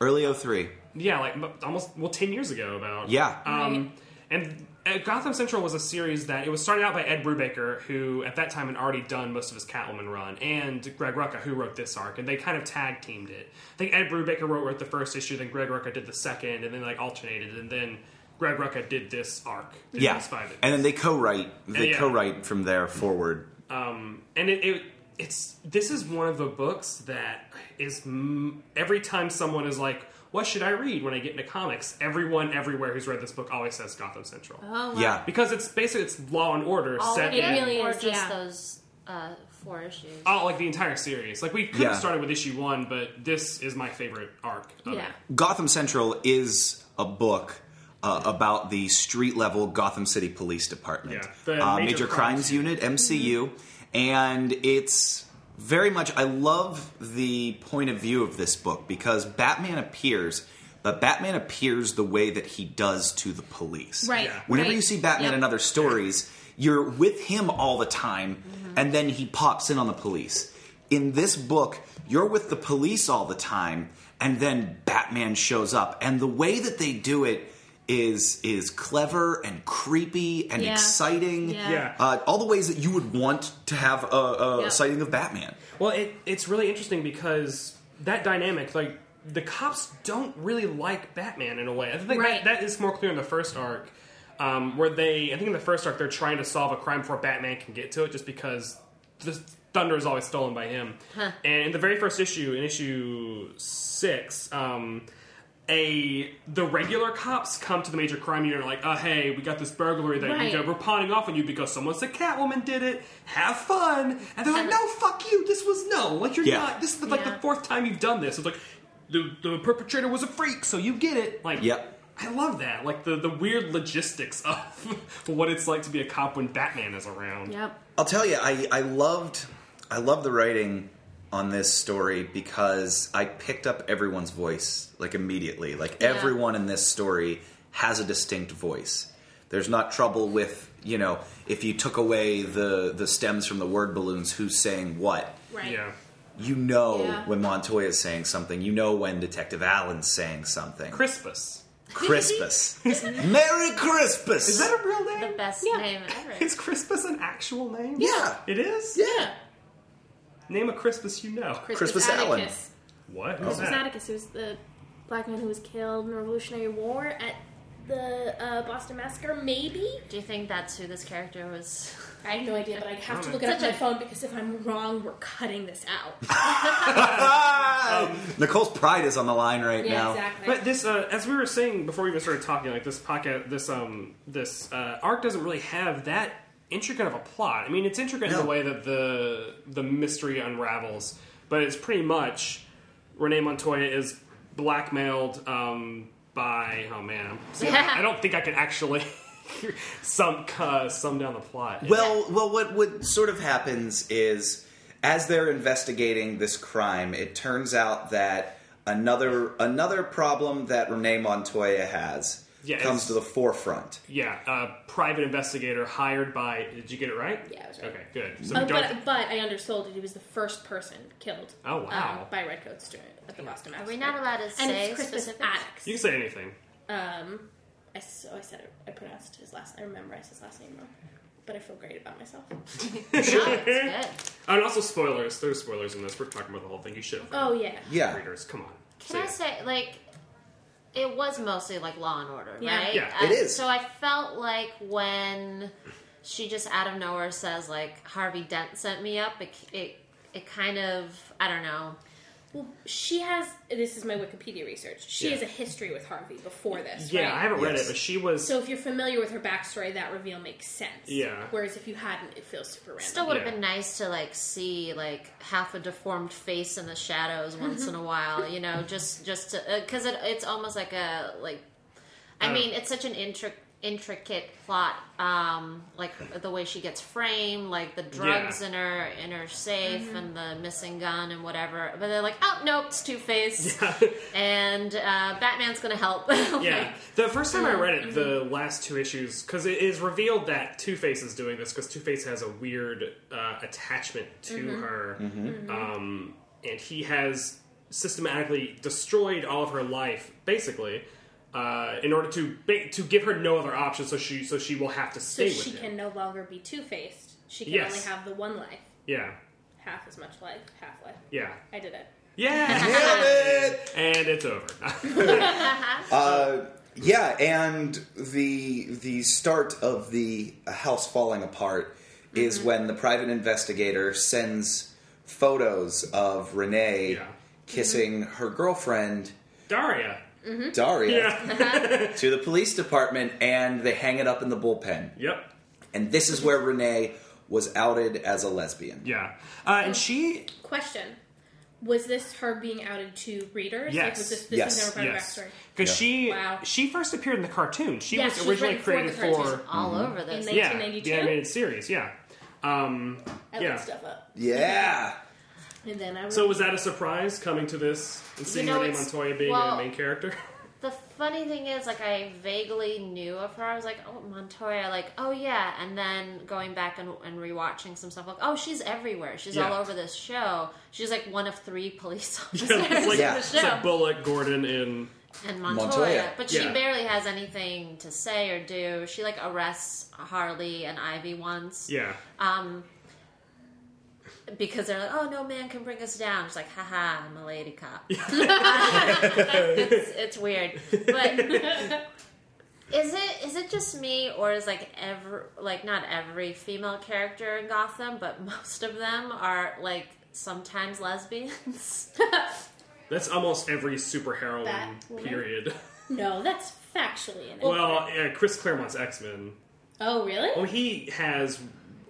early 03.
yeah, like m- almost well, 10 years ago. About
Yeah.
Um, and uh, Gotham Central was a series that it was started out by Ed Brubaker, who at that time had already done most of his Catwoman run, and Greg Rucka, who wrote this arc, and they kind of tag teamed it. I think Ed Brubaker wrote, wrote the first issue, then Greg Rucka did the second, and then like alternated, and then Greg Rucka did this arc. Did
yeah,
these five issues.
and then they co-write. They
yeah.
co-write from there forward.
um, and it, it it's this is one of the books that is m- every time someone is like what should i read when i get into comics everyone everywhere who's read this book always says gotham central
Oh, wow.
Yeah,
because it's basically it's law and order
All
set
of it
in
really
really
or
is, yeah.
just those uh, four issues.
all like the entire series like we could
Yeah.
have started with issue one but this is my favorite arc of
Yeah.
it.
Gotham Central is a book uh, about the street level Gotham City Police Department,
Yeah, the
uh,
Major Mm-hmm.
Major Crimes,
Crimes
Unit (MCU), and it's very much. I love the point of view of this book because Batman appears, but Batman appears the way that he does to the police.
Right, Yeah.
Whenever
right.
you see Batman
Yep.
in other stories, you're with him all the time,
Mm-hmm.
and then he pops in on the police. In this book, you're with the police all the time, and then Batman shows up. And the way that they do it is is clever and creepy and
Yeah.
exciting.
Yeah.
Yeah.
Uh, all the ways that you would want to have a, a
Yeah.
sighting of Batman.
Well, it, it's really interesting because that dynamic, like the cops don't really like Batman in a way. I think
Right.
that, that is more clear in the first arc, um, where they, I think in the first arc, they're trying to solve a crime before Batman can get to it, just because the thunder is always stolen by him. And in the very first issue, in issue six. Um, a the regular cops come to the major crime unit and are like, oh hey, we got this burglary that
Right.
we got, we're pawning off on you because someone said Catwoman did it. Have fun, and they're like, no, fuck you. This was no, like you're
Yeah.
not. This is like
Yeah.
the fourth time you've done this. It's like the the perpetrator was a freak, so you get it. Like,
Yep.
I love that. Like the the weird logistics of what it's like to be a cop when Batman is around.
Yep.
I'll tell you, I, I loved I loved the writing on this story because I picked up everyone's voice like immediately. Like everyone in this story has a distinct voice. There's not trouble with you know if you took away the the stems from the word balloons, who's saying what.
Right.
Yeah.
You know
Yeah.
when Montoya is saying something. You know when Detective Allen's saying something.
Crispus.
Crispus, Merry Crispus.
Is that a real name?
The best name ever.
Is Crispus an actual name?
Yeah.
It is?
yeah?
Name a Crispus you know.
Crispus Allen.
Atticus.
What? Who's
Crispus
that?
Atticus, who's the black man who was killed in the Revolutionary War at the uh, Boston Massacre, maybe?
Do you think that's who this character was?
I have no idea, but I have to look it up on my phone because if I'm wrong, we're cutting this out.
Ah! Nicole's pride is on the line right now.
But this, uh, as we were saying before we even started talking, like this podcast, this um, this uh, arc doesn't really have that intricate of a plot. I mean, it's intricate in
No.
the way that the the mystery unravels, but it's pretty much Renee Montoya is blackmailed um, by oh man, I'm, I don't think I can actually sum uh, sum down the plot.
Well, well, what what sort of happens is as they're investigating this crime, it turns out that another another problem that Renee Montoya has
Yeah,
comes
it's-
to the forefront.
yeah, uh, private investigator hired by. Did you get it right?
Yeah, it was right.
Okay, good. So
Uh,
we don't.
but, but I undersold it. He was the first person killed.
Oh, wow.
um, by redcoats during at the Boston Massacre.
we not allowed to
And
say
it's Crispus
specifics?
Attucks.
you can say anything.
Um, I so I said it, I pronounced his last. I memorized his last name wrong, but I feel great about myself.
Oh, it's good.
And also spoilers. There's spoilers in this. We're talking about the whole thing. You should have read
Oh yeah.
it,
Yeah,
readers. Come on.
Can I say like it was mostly like Law and Order,
Yeah.
right?
Yeah,
I-
it is.
So I felt like when she just out of nowhere says like Harvey Dent sent me up, it it, it kind of I don't know.
Well, she has. This is my Wikipedia research. She
Yeah.
has a history with Harvey before this.
Yeah,
right?
I haven't read
Yes.
it, but she was.
So if you're familiar with her backstory, that reveal makes sense.
Yeah.
Whereas if you hadn't, it feels super random.
Still would have
Yeah.
been nice to like see like half a deformed face in the shadows once
Mm-hmm.
in a while, you know, just just to because it, it's almost like a like. I
Uh,
mean, it's such an intric- intricate plot, um, like the way she gets framed, like the drugs
Yeah. Mm-hmm.
in her in her safe and the missing gun and whatever. But they're like, oh nope, it's Two Face, and uh, Batman's gonna help. Like,
yeah, the first time I
Uh-huh.
read it, the
Mm-hmm.
last two issues, because it is revealed that Two Face is doing this because Two Face has a weird uh, attachment to
Mm-hmm.
her,
Mm-hmm.
Um, and he has systematically destroyed all of her life, basically, uh, in order to ba- to give her no other option. So she so she will have to
so
stay
she
with
can
him.
no longer be two faced. She can
Yes.
only have the one life.
Yeah,
Half as much life. Half life.
yeah,
I did it.
yeah,
Nailed it!
and it's over.
Uh, Yeah, and the the start of the house falling apart is
Mm-hmm.
when the private investigator sends photos of Renee
Yeah.
kissing her girlfriend
Daria.
Daria
Hmm? Yeah.
to the police department, and they hang it up in the bullpen.
yep.
And this is where Renee was outed as a lesbian.
Yeah. Uh, and she
Question. Was this her being outed to readers? Like,
Yes.
was this, this
Yes.
was never part
Yes,
of her backstory?
because
Yeah.
she
Wow.
she first appeared in the cartoon. She
Yeah, she
was
was
originally
written for the
created for,
cartoon.
all
Mm-hmm.
over this.
In
yeah the
1992?
animated series. Yeah. Um,
I looked
yeah.
stuff up.
Yeah.
And then I was
So was that a surprise coming to this and seeing
know,
Renee
it's-
Montoya being
well-
a main character?
The funny thing is, like, I vaguely knew of her. I was like, oh, Montoya, like, oh yeah. And then going back and, and rewatching some stuff, like, oh, she's everywhere. She's
Yeah.
all over this show. She's like one of three police officers
Yeah, it's like,
in
Yeah.
the
it's
show.
like Bullock, Gordon, and
and Montoya,
Montoya.
but she
Yeah.
barely has anything to say or do. She like arrests Harley and Ivy once.
yeah,
Um, because they're like, oh, no man can bring us down. She's like, haha, I'm a lady cop. it's, it's weird. But is it is it just me, or is like every, like not every female character in Gotham, but most of them are like sometimes lesbians?
that's almost every superheroine
That woman?
period.
No, that's factually inaccurate.
well, yeah, Chris Claremont's X Men.
oh, really?
Well, he has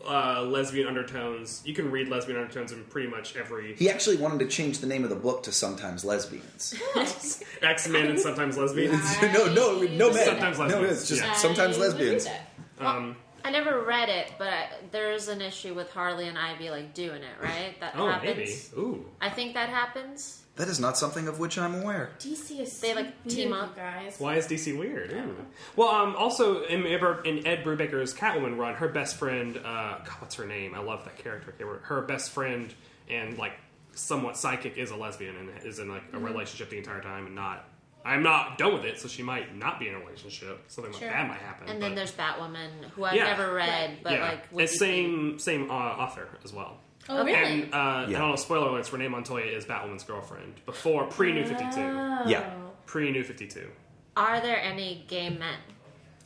uh, lesbian undertones. You can read lesbian undertones in pretty much every
He actually wanted to change the name of the book to Sometimes Lesbians.
X Men and sometimes lesbians.
no, no, no men.
Sometimes
No,
lesbians.
it's just
Yeah.
sometimes
I would do
lesbians.
that.
Um,
I never read it, but I, there's an issue with Harley and Ivy like doing it, right? That
oh,
happens.
maybe. Ooh,
I think that happens.
That is not something of which I'm aware.
DC is
They,
so
like, team
weird,
up.
you guys.
why is DC weird? Ooh. Well, um, also in, in Ed Brubaker's Catwoman run, her best friend, uh, God, what's her name? I love that character. Okay, Her best friend and like somewhat psychic is a lesbian and is in like a
Mm-hmm.
relationship the entire time and not. I'm not done with it, so she might not be in a relationship. Something
Sure.
like that might happen.
And
but-
then there's Batwoman, who I've
Yeah.
never read,
Right.
but
yeah.
like
It's same same uh, author as well.
Oh, really?
And uh, I
Yeah.
don't know. Spoiler alerts: Renee Montoya is Batwoman's girlfriend before pre New Fifty
Ah.
Two.
Oh.
Yeah.
Pre New Fifty Two.
Are there any gay men?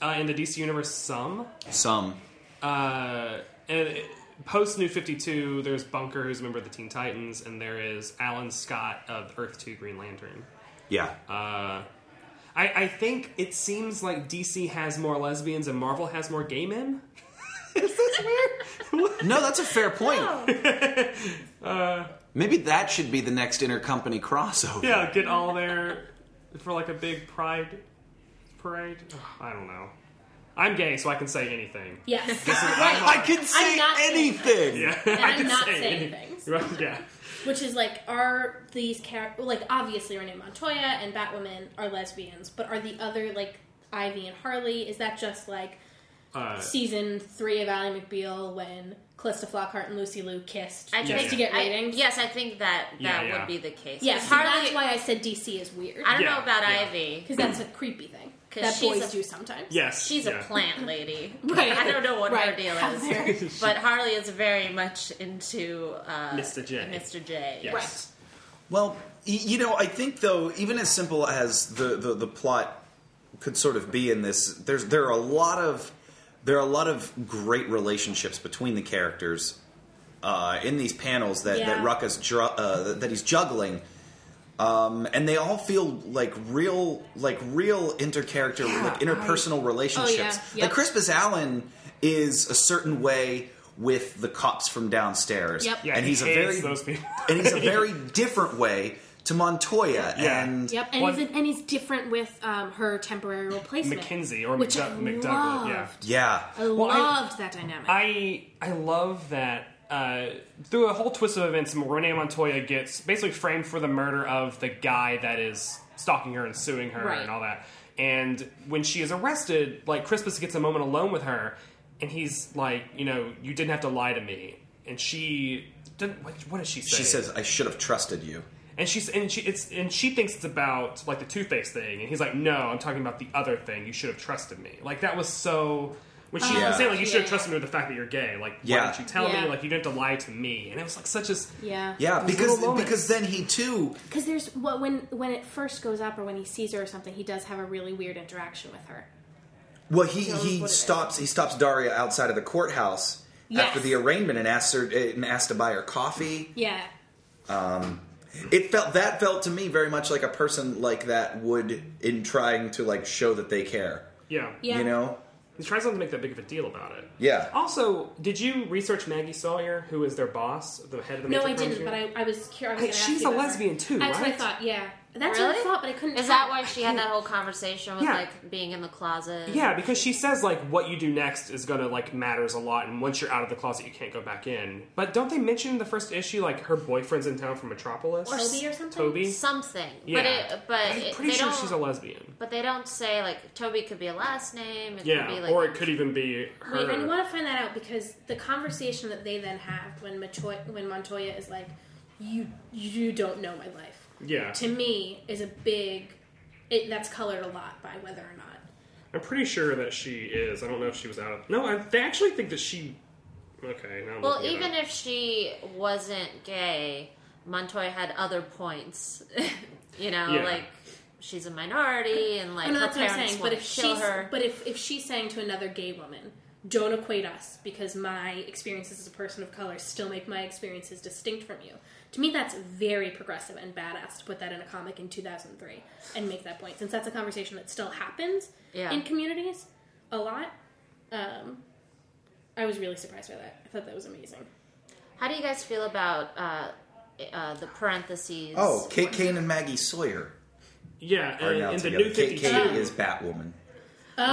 Uh, in the DC universe, some
Some.
uh, and post New Fifty Two, there's Bunker, who's a member of the Teen Titans, and there is Alan Scott of Earth Two Green Lantern.
Yeah.
Uh, I, I think it seems like DC has more lesbians and Marvel has more gay men. is this weird?
No, that's a fair point. Maybe that should be the next intercompany crossover.
Uh, Yeah, get all there for like a big pride parade. Ugh, I don't know. I'm gay, so I can say anything.
Yes.
I can say
not saying-
anything.
Yeah,
And
I
I'm
can
not
say
saying
anything.
things.
Right, yeah,
Which is like, are these characters like obviously Renee Montoya and Batwoman are lesbians, but are the other like Ivy and Harley? Is that just like
uh,
season three of Ally McBeal when Calista Flockhart and Lucy Liu kissed
I
just
think,
to get
I-
ratings?
yes, I think that that
Yeah, yeah.
would be the case.
yeah.
Because
So
Harley.
that's why I said DC is weird
I don't
Yeah,
know about
yeah.
Ivy.
because that's a creepy thing
'Cause
that
she's
boys
a-
do sometimes.
yes,
She's
yeah.
a plant lady.
Right.
I don't know what her
Right.
deal
How
is, but Harley is very much into uh,
Mr. J.
Mr. J.
Yes.
Well, y- you know, I think though, even as simple as the, the, the plot could sort of be in this, there's there are a lot of there are a lot of great relationships between the characters uh, in these panels that
Yeah.
that Ruckus dr- uh, that he's juggling. Um, and they all feel like real, like real intercharacter, like interpersonal relationships.
Oh, yep.
Like Crispus Allen is a certain way with the cops from downstairs,
Yep.
Yeah,
and
he
he's a
hates
very
those people.
and he's a very different way to Montoya.
Yeah.
And
Yep, and
One-
he's and he's different with um, her temporary replacement,
Mackenzie or
which I
McDoug- McDougall, yeah.
loved.
yeah.
I
Well, I-
loved that dynamic.
I I love that uh, through a whole twist of events, Renee Montoya gets basically framed for the murder of the guy that is stalking her and suing her
Right.
and all that. And when she is arrested, like Crispus gets a moment alone with her, and he's like, you know, you didn't have to lie to me. And she, didn't, what, what does she say?
She says, I should have trusted you.
and she's and she it's and she thinks it's about like the Two Face thing, and he's like, no, I'm talking about the other thing. You should have trusted me. Like that was so. When she
Yeah.
was saying like you should have
Yeah.
trusted me with the fact that you're gay, like why
Yeah.
didn't you tell
Yeah.
me? Like you didn't have to lie to me. And it was like such as
Yeah.
Yeah,
Those
because
little moments.
because then he too.
Because there's what when when it first goes up or when he sees her or something, he does have a really weird interaction with her.
Well, he
Knows
he
what it
stops he stops Daria outside of the courthouse
Yes.
after the arraignment and asks her eh, and asks to buy her coffee.
Yeah.
It felt that felt to me very much like a person like that would in trying to like show that they care.
yeah.
Yeah.
You know?
He tries not to make that big of a deal about it.
Yeah.
Also, did you research Maggie Sawyer, who is their boss, the head of the
No, I
Matrix
didn't,
Foundation?
but I, I was curious.
Hey, she's a lesbian too,
That's
right?
what I thought. Yeah, that's what I
Really?
thought, but I couldn't.
Is
tell.
that why she had that whole conversation with
Yeah.
like being in the closet?
Yeah, because she says like what you do next is gonna like matters a lot, and once you're out of the closet, you can't go back in. But don't they mention in the first issue like her boyfriend's in town from Metropolis,
Or
Toby or something?
Toby?
Something.
Yeah.
But it, but
I'm
it-
pretty
they
sure
don't,
she's a lesbian.
But they don't say like Toby could be a last name. It
Yeah,
could be, like,
or it could even be her.
Wait, and you want to find that out because the conversation that they then have when Montoya, when Montoya is like, "You you don't know my life,"
yeah,
to me is a big. It that's colored a lot by whether or not.
I'm pretty sure that she is. I don't know if she was out. of... No, I they actually think that she. Okay, now I'm
Well,
looking it
even
up.
if she wasn't gay, Montoya had other points. you know,
Yeah.
like she's a minority, and like
I mean,
her
that's what
parents
I'm saying.
want
But if
to kill
she's
her.
but if if she's saying to another gay woman, "Don't equate us," because my experiences as a person of color still make my experiences distinct from you. To me, that's very progressive and badass to put that in a comic in 2003 and make that point, since that's a conversation that still happens
Yeah.
in communities a lot. Um, I was really surprised by that. I thought that was amazing.
How do you guys feel about uh, uh, the parentheses?
Oh, Kate Kane and Maggie Sawyer
yeah,
are now
and, and the
together.
new
Kate
Fifty
Kane
Two.
is Batwoman.
Oh,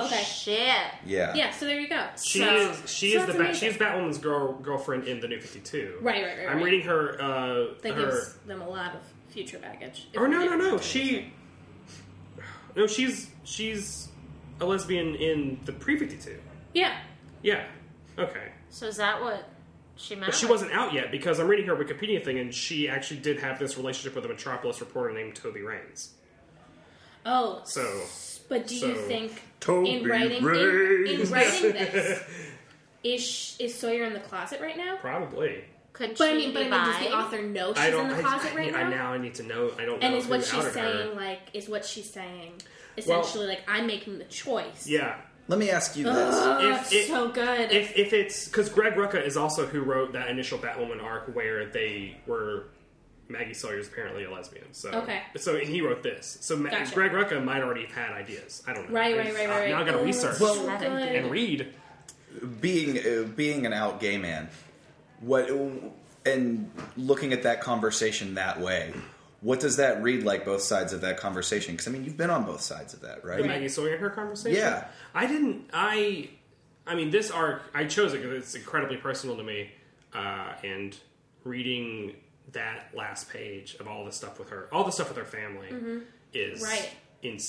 Oh, okay.
shit!
Yeah.
Yeah, so there you go.
She
so,
is she is
so
the
that's
bat,
amazing.
she is Batwoman's girl girlfriend in the New Fifty Two.
Right, right, right,
I'm
right.
reading her. Uh,
That
her.
gives them a lot of future baggage.
Or no, no, no. She. No, she's she's a lesbian in the pre Fifty Two.
Yeah.
Yeah. Okay.
So is that what she meant?
But
Ah.
she wasn't out yet because I'm reading her Wikipedia thing, and she actually did have this relationship with a Metropolis reporter named Toby Raines.
Oh,
So
But do you
So-
think
Toby
in writing in, in
Raines.
writing this is sh- is Sawyer in the closet right now?
probably.
Could
But
she
I mean, but I
be
mean, does the
bi?
author know she's
I don't.
in the
I,
closet
I,
right
I,
now?
now I need to know. I don't.
And
know
is what
who's
she's
outed
saying
Her.
like is what she's saying
Well-
essentially like I'm making the choice?
Yeah.
Let me ask you this.
Oh,
If it-
so good.
If if it's because Greg Rucka is also who wrote that initial Batwoman arc where they were Maggie Sawyer's apparently a lesbian. So
Okay.
So and he wrote this. So Ma-
Gotcha.
Greg Rucka might already have had ideas. I don't know.
right, right,
I-
right, right, right.
Now I got to
Oh,
research
that's
Well-
so good.
and read.
being uh, being an out gay man, what and looking at that conversation that way, what does that read like? Both sides of that conversation, because I mean, you've been on both sides of that, right?
the Maggie Sawyer her conversation.
Yeah.
I didn't. I. I mean, this arc I chose it because it's incredibly personal to me, uh, and reading that last page of all the stuff with her, all the stuff with her family, is
Mm-hmm. Right.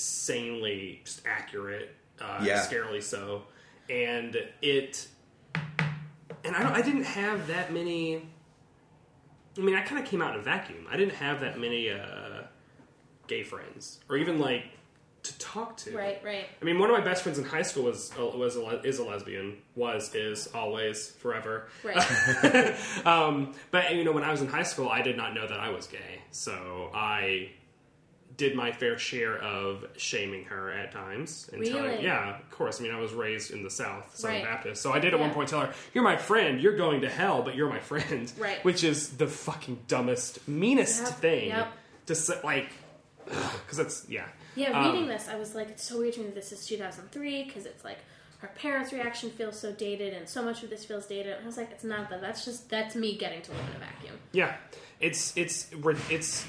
insanely just accurate, uh,
Yeah.
scarily so, and it. And I don't. I didn't have that many. I mean, I kind of came out in a vacuum. I didn't have that many uh, gay friends, or even like to talk to.
Right, right.
I mean, one of my best friends in high school was was a, le- is a lesbian. Was is always forever.
Right.
Um, but you know, when I was in high school, I did not know that I was gay, so I did my fair share of shaming her at times. And telling,
Really?
yeah, of course. I mean, I was raised in the South, Southern
Right.
Baptist, so I did at one
Yeah.
point tell her, "You're my friend. You're going to hell, but you're my friend."
Right.
Which is the fucking dumbest, meanest
Yep,
thing
yep.
to say, like, because that's yeah.
Yeah,
Um,
reading this, I was like, it's so weird to me that this is 2003 because it's like her parents' reaction feels so dated, and so much of this feels dated. And I was like, it's not that. That's just that's me getting to live in a vacuum.
Yeah, it's it's re- it's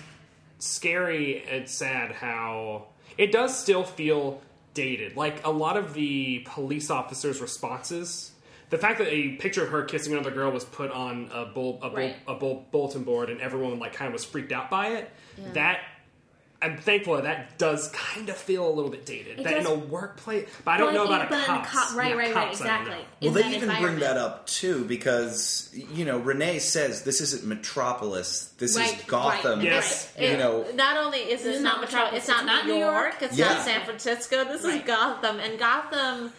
scary and sad how it does still feel dated. Like a lot of the police officers' responses, the fact that a picture of her kissing another girl was put on a bull a bull,
Right.
a bull bulletin board and everyone like kind of was freaked out by it. That. I'm thankful that that does kind of feel a little bit dated.
It
that in
does-
a workplace, but I don't know
Well,
about
I
a
think- but in
cops.
the cop- right,
Yeah,
right, right,
cops, I don't
exactly.
know.
Well,
In
they
that
even bring that
environment.
up too because you know Renee says this isn't Metropolis, this is
Right,
Gotham.
right,
Yes.
It-
you know,
not only is this
It's
not
not
Metropolis, it's
Metropolis,
not, New
it's not
York,
New
it's
York.
not
Yeah.
San Francisco. This is
Right.
Gotham, and Gotham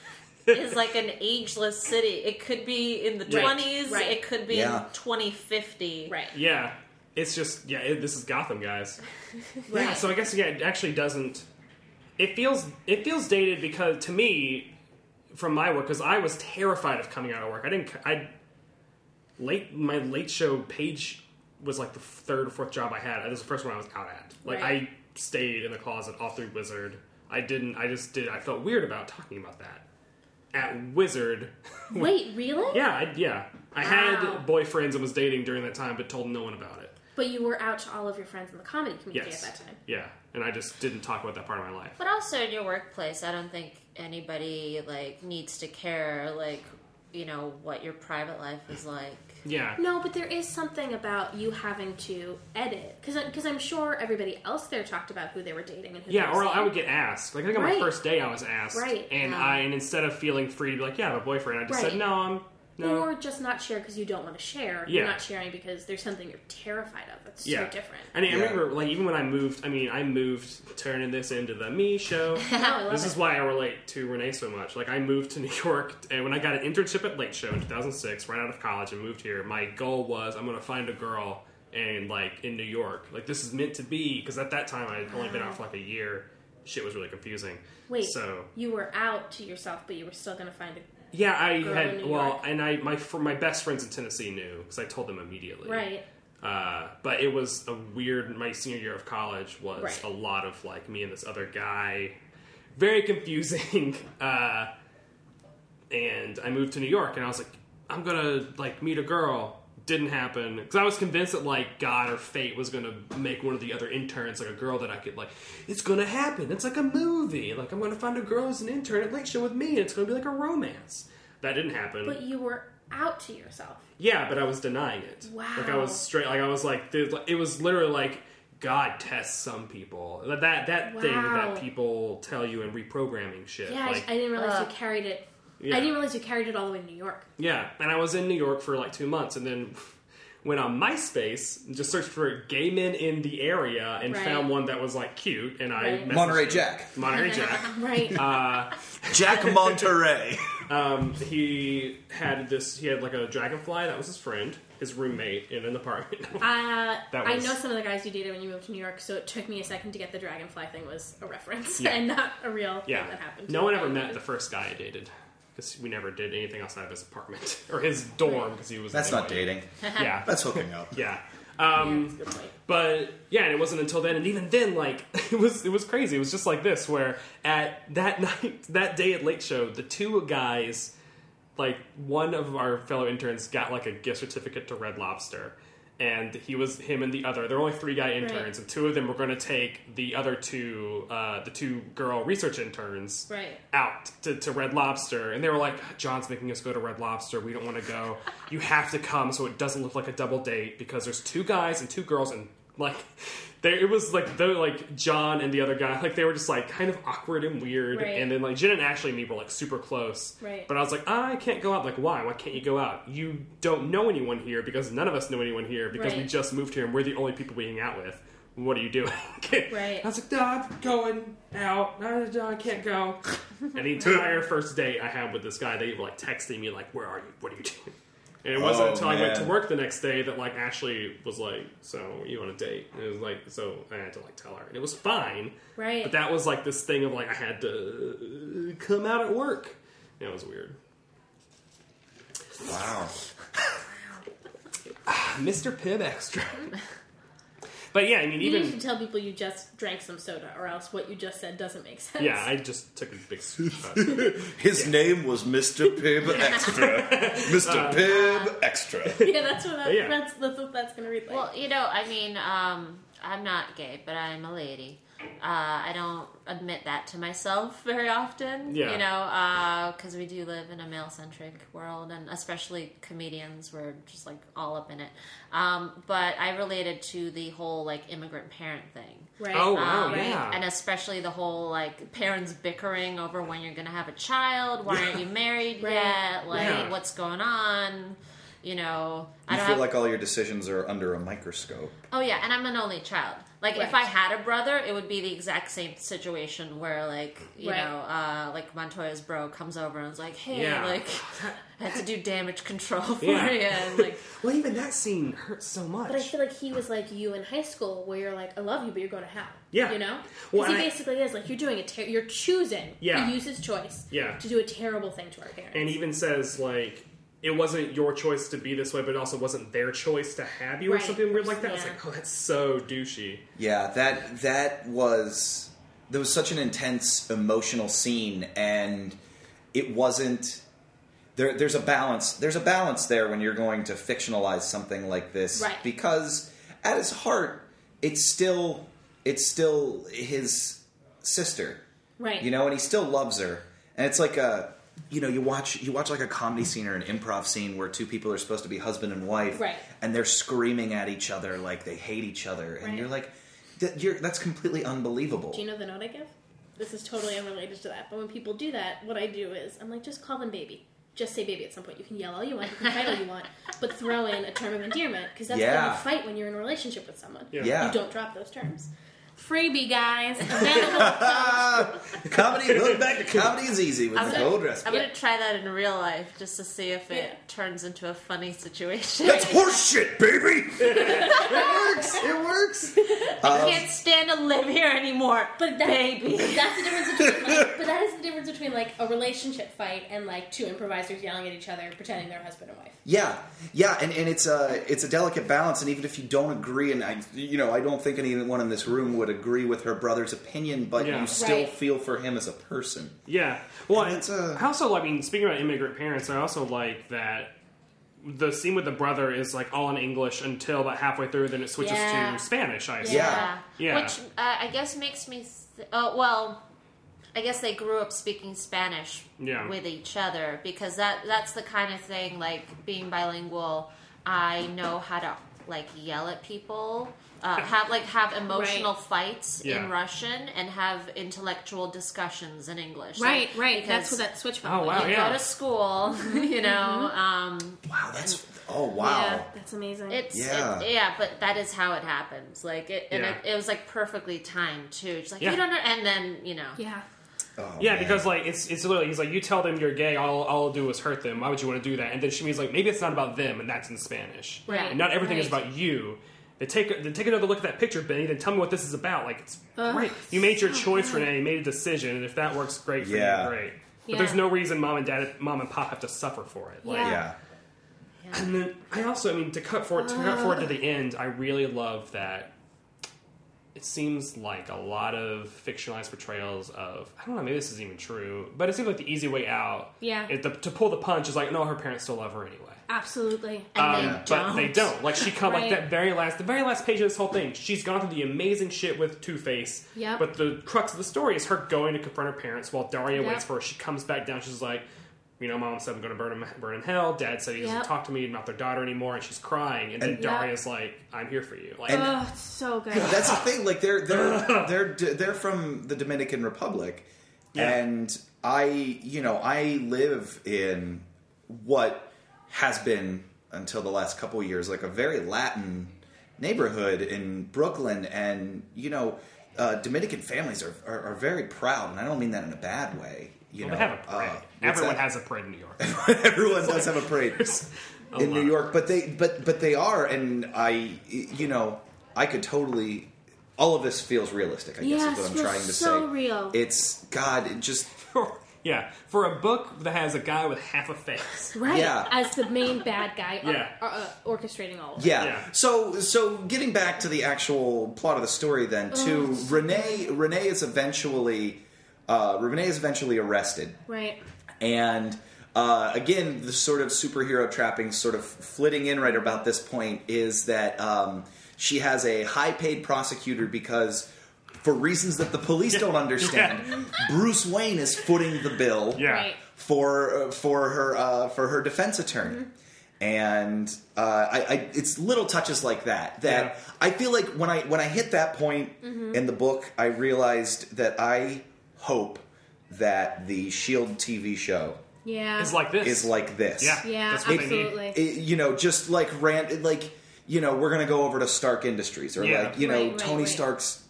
is like an ageless city. It could be in the
Right.
20s,
Right.
it could be
Yeah.
in 2050.
Right.
Yeah, it's just yeah. It, this is Gotham, guys. Yeah, so I guess yeah, it actually doesn't. It feels it feels dated because to me, from my work, because I was terrified of coming out of work. I didn't. I late my late show page was like the third or fourth job I had. It was the first one I was out at. Like
Right.
I stayed in the closet all through Wizard. I didn't. I just did. I felt weird about talking about that at Wizard.
Wait, really?
Yeah, I, yeah. I had
Wow.
boyfriends and was dating during that time, but told no one about it.
But you were out to all of your friends in the comedy community
Yes.
at that time.
Yeah, and I just didn't talk about that part of my life.
But also in your workplace, I don't think anybody like needs to care like, you know, what your private life is like.
Yeah.
No, but there is something about you having to edit because I'm sure everybody else there talked about who they were dating and who
Yeah,
they were
or I
seeing.
would get asked. Like I think on
Right.
my first day I was asked.
Right, um,
And
yeah.
I and instead of feeling free to be like, Yeah, I have a boyfriend, I just
Right.
said, No, I'm no
or just not share because you don't want to share.
Yeah.
You're not sharing because there's something you're terrified of. That's
yeah.
so different.
And I
Yeah.
remember like even when I moved I mean, I moved turning this into the me show.
No, Oh, I love
This
it.
is why I relate to Renee so much. Like, I moved to New York, and when I got an internship at Late Show in 2006, right out of college, and moved here, my goal was I'm going to find a girl and, like, in New York. Like, this is meant to be, because at that time I'd only been out for like a year. Shit was really confusing.
Wait,
So,
you were out to yourself, but you were still gonna find a
yeah, I
Girl in
had,
New
well,
York.
and I, my, fr- my best friends in Tennessee knew, because I told them immediately.
right.
Uh, but it was a weird. My senior year of college was
Right.
a lot of like me and this other guy, very confusing. Uh, and I moved to New York, and I was like, I'm gonna like meet a girl. Didn't happen because I was convinced that like God or fate was gonna make one of the other interns like a girl that I could like. It's gonna happen. It's like a movie. Like I'm gonna find a girl as an intern at Late Show with me, and it's gonna be like a romance. That didn't happen.
But you were out to yourself.
Yeah, but I was denying it.
Wow.
Like I was straight. Like I was like, there's- like, it was literally like God tests some people. That that, that thing
Wow.
that people tell you in reprogramming shit.
Yeah, I-
like,
I, didn't realize
Ugh.
you carried it.
Yeah.
I didn't realize you carried it all the way to New York.
yeah. And I was in New York for like two months, and then went on MySpace and just searched for gay men in the area and
Right.
found one that was like cute, and I
Right.
messaged
Monterey
him.
Jack.
Monterey Jack.
Right.
Uh,
Jack Monterey.
Um, he had this. He had like a dragonfly that was his friend, his roommate in an apartment.
Uh,
That
I
was-
know some of the guys you dated when you moved to New York, so it took me a second to get the dragonfly thing was a reference
Yeah.
and not a real
Yeah.
thing that happened.
No one ever met the first guy I dated because we never did anything outside of his apartment or his dorm because he was.
That's
annoying.
not dating.
Uh-huh.
Yeah,
That's hooking up.
yeah. Um,
That's a good point.
but yeah, and it wasn't until then, and even then, like it was, it was crazy. It was just like this, where at that night, that day at Late Show, the two guys, like one of our fellow interns, got like a gift certificate to Red Lobster, and he was him and the other. There were only three guy interns,
Right.
and two of them were going to take the other two, uh, the two girl research interns,
Right.
out to, to Red Lobster, and they were like, "John's making us go to Red Lobster. We don't want to go. You have to come, so it doesn't look like a double date because there's two guys and two girls, and like, there it was like the like John and the other guy, like they were just like kind of awkward and weird,
Right.
and then like Jen and Ashley and me were like super close,
Right.
But I was like, I can't go out. Like, why? Why can't you go out? You don't know anyone here because none of us know anyone here because we
Right.
just moved here and we're the only people we hang out with. What are you doing?
Right.
I was like, no, I'm going out. No, no, no, I can't go. and the entire first date I had with this guy, they were like texting me, like, where are you? What are you doing? And it wasn't
Oh,
until I went to
man.
work the next day that like Ashley was like, so you on a date? And it was like, so I had to like tell her, and it was fine.
Right.
But that was like this thing of like I had to uh, come out at work. And it was weird.
Wow.
Mr. Pibb extra. but yeah, I mean,
You
even
need to tell people you just drank some soda, or else what you just said doesn't make sense.
yeah, I just took a big shot.
His name was Mr. Pibb Extra. Mr.
Uh,
Pibb Extra.
Yeah, that's what that,
Yeah.
that's, that's what that's gonna read like.
Well, you know, I mean, um, I'm not gay, but I'm a lady. Uh, I don't admit that to myself very often,
Yeah.
you know, because we do live in a male-centric world, and especially comedians, we're just like all up in it. Um, but I related to the whole like immigrant parent thing.
right. Uh,
Oh
Um,
wow, yeah.
And especially the whole like parents bickering over when you're gonna have a child, why aren't you married
Right.
yet? Like
Yeah.
what's going on? You know, I
You
don't
feel
have,
like all your decisions are under a microscope.
oh yeah, and I'm an only child. Like if I
Right.
had a brother, it would be the exact same situation where like you
Right.
know, uh, like Montoya's bro comes over and is like, "Hey,
Yeah.
like I had to do damage control for
Yeah.
you," and like
Well, even that scene hurts so much.
But I feel like he was like you in high school, where you're like, "I love you, but you're going to hell."
Yeah.
you know,
Well,
because he
and I-
basically is like, "You're doing a ter- you're choosing."
Yeah.
he uses choice.
Yeah.
to do a terrible thing to our parents.
and even says like it wasn't your choice to be this way, but it also wasn't their choice to have you or
Right.
something weird like that. It's
Yeah.
like, oh, that's so douchey.
Yeah, that that was there was such an intense emotional scene, and it wasn't. There, there's a balance. There's a balance there when you're going to fictionalize something like this,
Right.
because at his heart, it's still it's still his sister,
right,
you know, and he still loves her. And it's like a, you know, you watch you watch like a comedy scene or an improv scene where two people are supposed to be husband and wife,
Right.
And they're screaming at each other like they hate each other, and
Right.
you're like, that, you're that's completely unbelievable.
Do you know the note I give? This is totally unrelated to that. But when people do that, what I do is I'm like, just call them baby. Just say baby at some point. You can yell all you want, you can fight all you want, but throw in a term of endearment because that's
Yeah.
how you fight when you're in a relationship with someone.
Yeah.
You don't drop those terms. Freebie, guys. Available.
Ah, comedy. Going back to comedy is easy with
I'm
the
gonna,
old recipe.
I'm gonna try that in real life just to see if it
Yeah.
turns into a funny situation.
That's horseshit, baby. it works. It works. Um,
I can't stand to live here anymore,
But that,
baby.
that's the difference between like, but that is the difference between like a relationship fight and like two improvisers yelling at each other pretending they're husband and wife.
Yeah, yeah, and, and it's a it's a delicate balance, and even if you don't agree, and I you know I don't think anyone in this room would agree with her brother's opinion, but
Yeah.
you still
Right.
feel for him as a person.
Yeah. Well,
And it's, uh,
I also, I mean, speaking about immigrant parents, I also like that the scene with the brother is like all in English until about halfway through, then it switches
Yeah.
to Spanish. I assume.
Yeah.
Yeah.
Which uh, I guess makes me. Th- oh well, I guess they grew up speaking Spanish
Yeah.
with each other because that that's the kind of thing like being bilingual. I know how to like yell at people, uh, have like have emotional fights
Yeah.
in Russian, and have intellectual discussions in English. Like, because
that switch
Oh wow!
You go
Yeah.
to school, you know. Um,
Wow, that's oh wow.
That's amazing.
It's
Yeah.
yeah, it, yeah, but that is how it happens. Like it, and
Yeah.
it, it was like perfectly timed too. It's like
Yeah.
you don't know, and then you know,
yeah.
Oh,
Yeah,
man.
because like it's it's literally he's like you tell them you're gay, all all I'll do is hurt them. Why would you want to do that? And then she means like maybe it's not about them, and that's in Spanish.
Right.
And not everything is
Right.
about you. Then take then take another look at that picture, Benny. Then tell me what this is about. Like it's great. You made
Oh,
your choice, Renee. You made a decision, and if that works great for
Yeah.
you, great. But
Yeah.
there's no reason mom and dad, mom and pop have to suffer for it. Like,
Yeah.
yeah,
and then I also, I mean, to cut forward to cut forward to the end, I really love that. It seems like a lot of fictionalized portrayals of I don't know, maybe this isn't even true, but it seems like the easy way out.
Yeah.
is the, to pull the punch is like, no, her parents still love her anyway.
Absolutely.
and they
Um,
don't.
But they don't. Like she come like
Right.
that very last, the very last page of this whole thing. She's gone through the amazing shit with Two Face.
Yep.
But the crux of the story is her going to confront her parents while Daria
Yep.
waits for her. She comes back down. She's like, you know, mom said I'm going to burn him, burn in hell. Dad said he doesn't
Yep.
talk to me about their daughter anymore, and she's crying. And, then
And-
Yep.
Daria's like, I'm here for you. Like,
And-
Oh, it's so good.
that's the thing. Like they're they're they're they're from the Dominican Republic,
Yeah.
and I you know I live in what has been until the last couple years like a very Latin neighborhood in Brooklyn, and you know uh, Dominican families are, are are very proud, and I don't mean that in a bad way. You
well,
know,
they have a parade.
Uh, what's
Everyone
that?
has a parade in New York.
everyone does have a parade
A
in
lot.
New York, but they but but they are, and I you know I could totally. All of this feels realistic. I guess
Yes,
is what I'm
feels
trying to
so
say.
real.
It's God. It just
yeah, for a book that has a guy with half a face.
Right.
Yeah.
As the main bad guy uh,
Yeah.
uh, uh, orchestrating all of it.
yeah.
Yeah.
So so getting back to the actual plot of the story, then too. Renee Renee is eventually uh, Renee is eventually arrested.
Right.
And uh, again, the sort of superhero trappings sort of flitting in right about this point is that um, she has a high paid prosecutor because, for reasons that the police don't understand, Bruce Wayne is footing the bill
Yeah.
Right.
for uh, for her uh, for her defense attorney.
Mm-hmm.
And uh, I, I, it's little touches like that that
Yeah. Mm-hmm.
I feel like when I when I hit that point in the book, I realized that I hope that the Shield TV show
Yeah.
It's like this.
is like this.
yeah,
yeah,
that's what they need.
absolutely.
It- you know, just like ran like you know, we're going to go over to Stark Industries or
Yeah.
like, you know,
Right, right,
Tony
right.
Stark's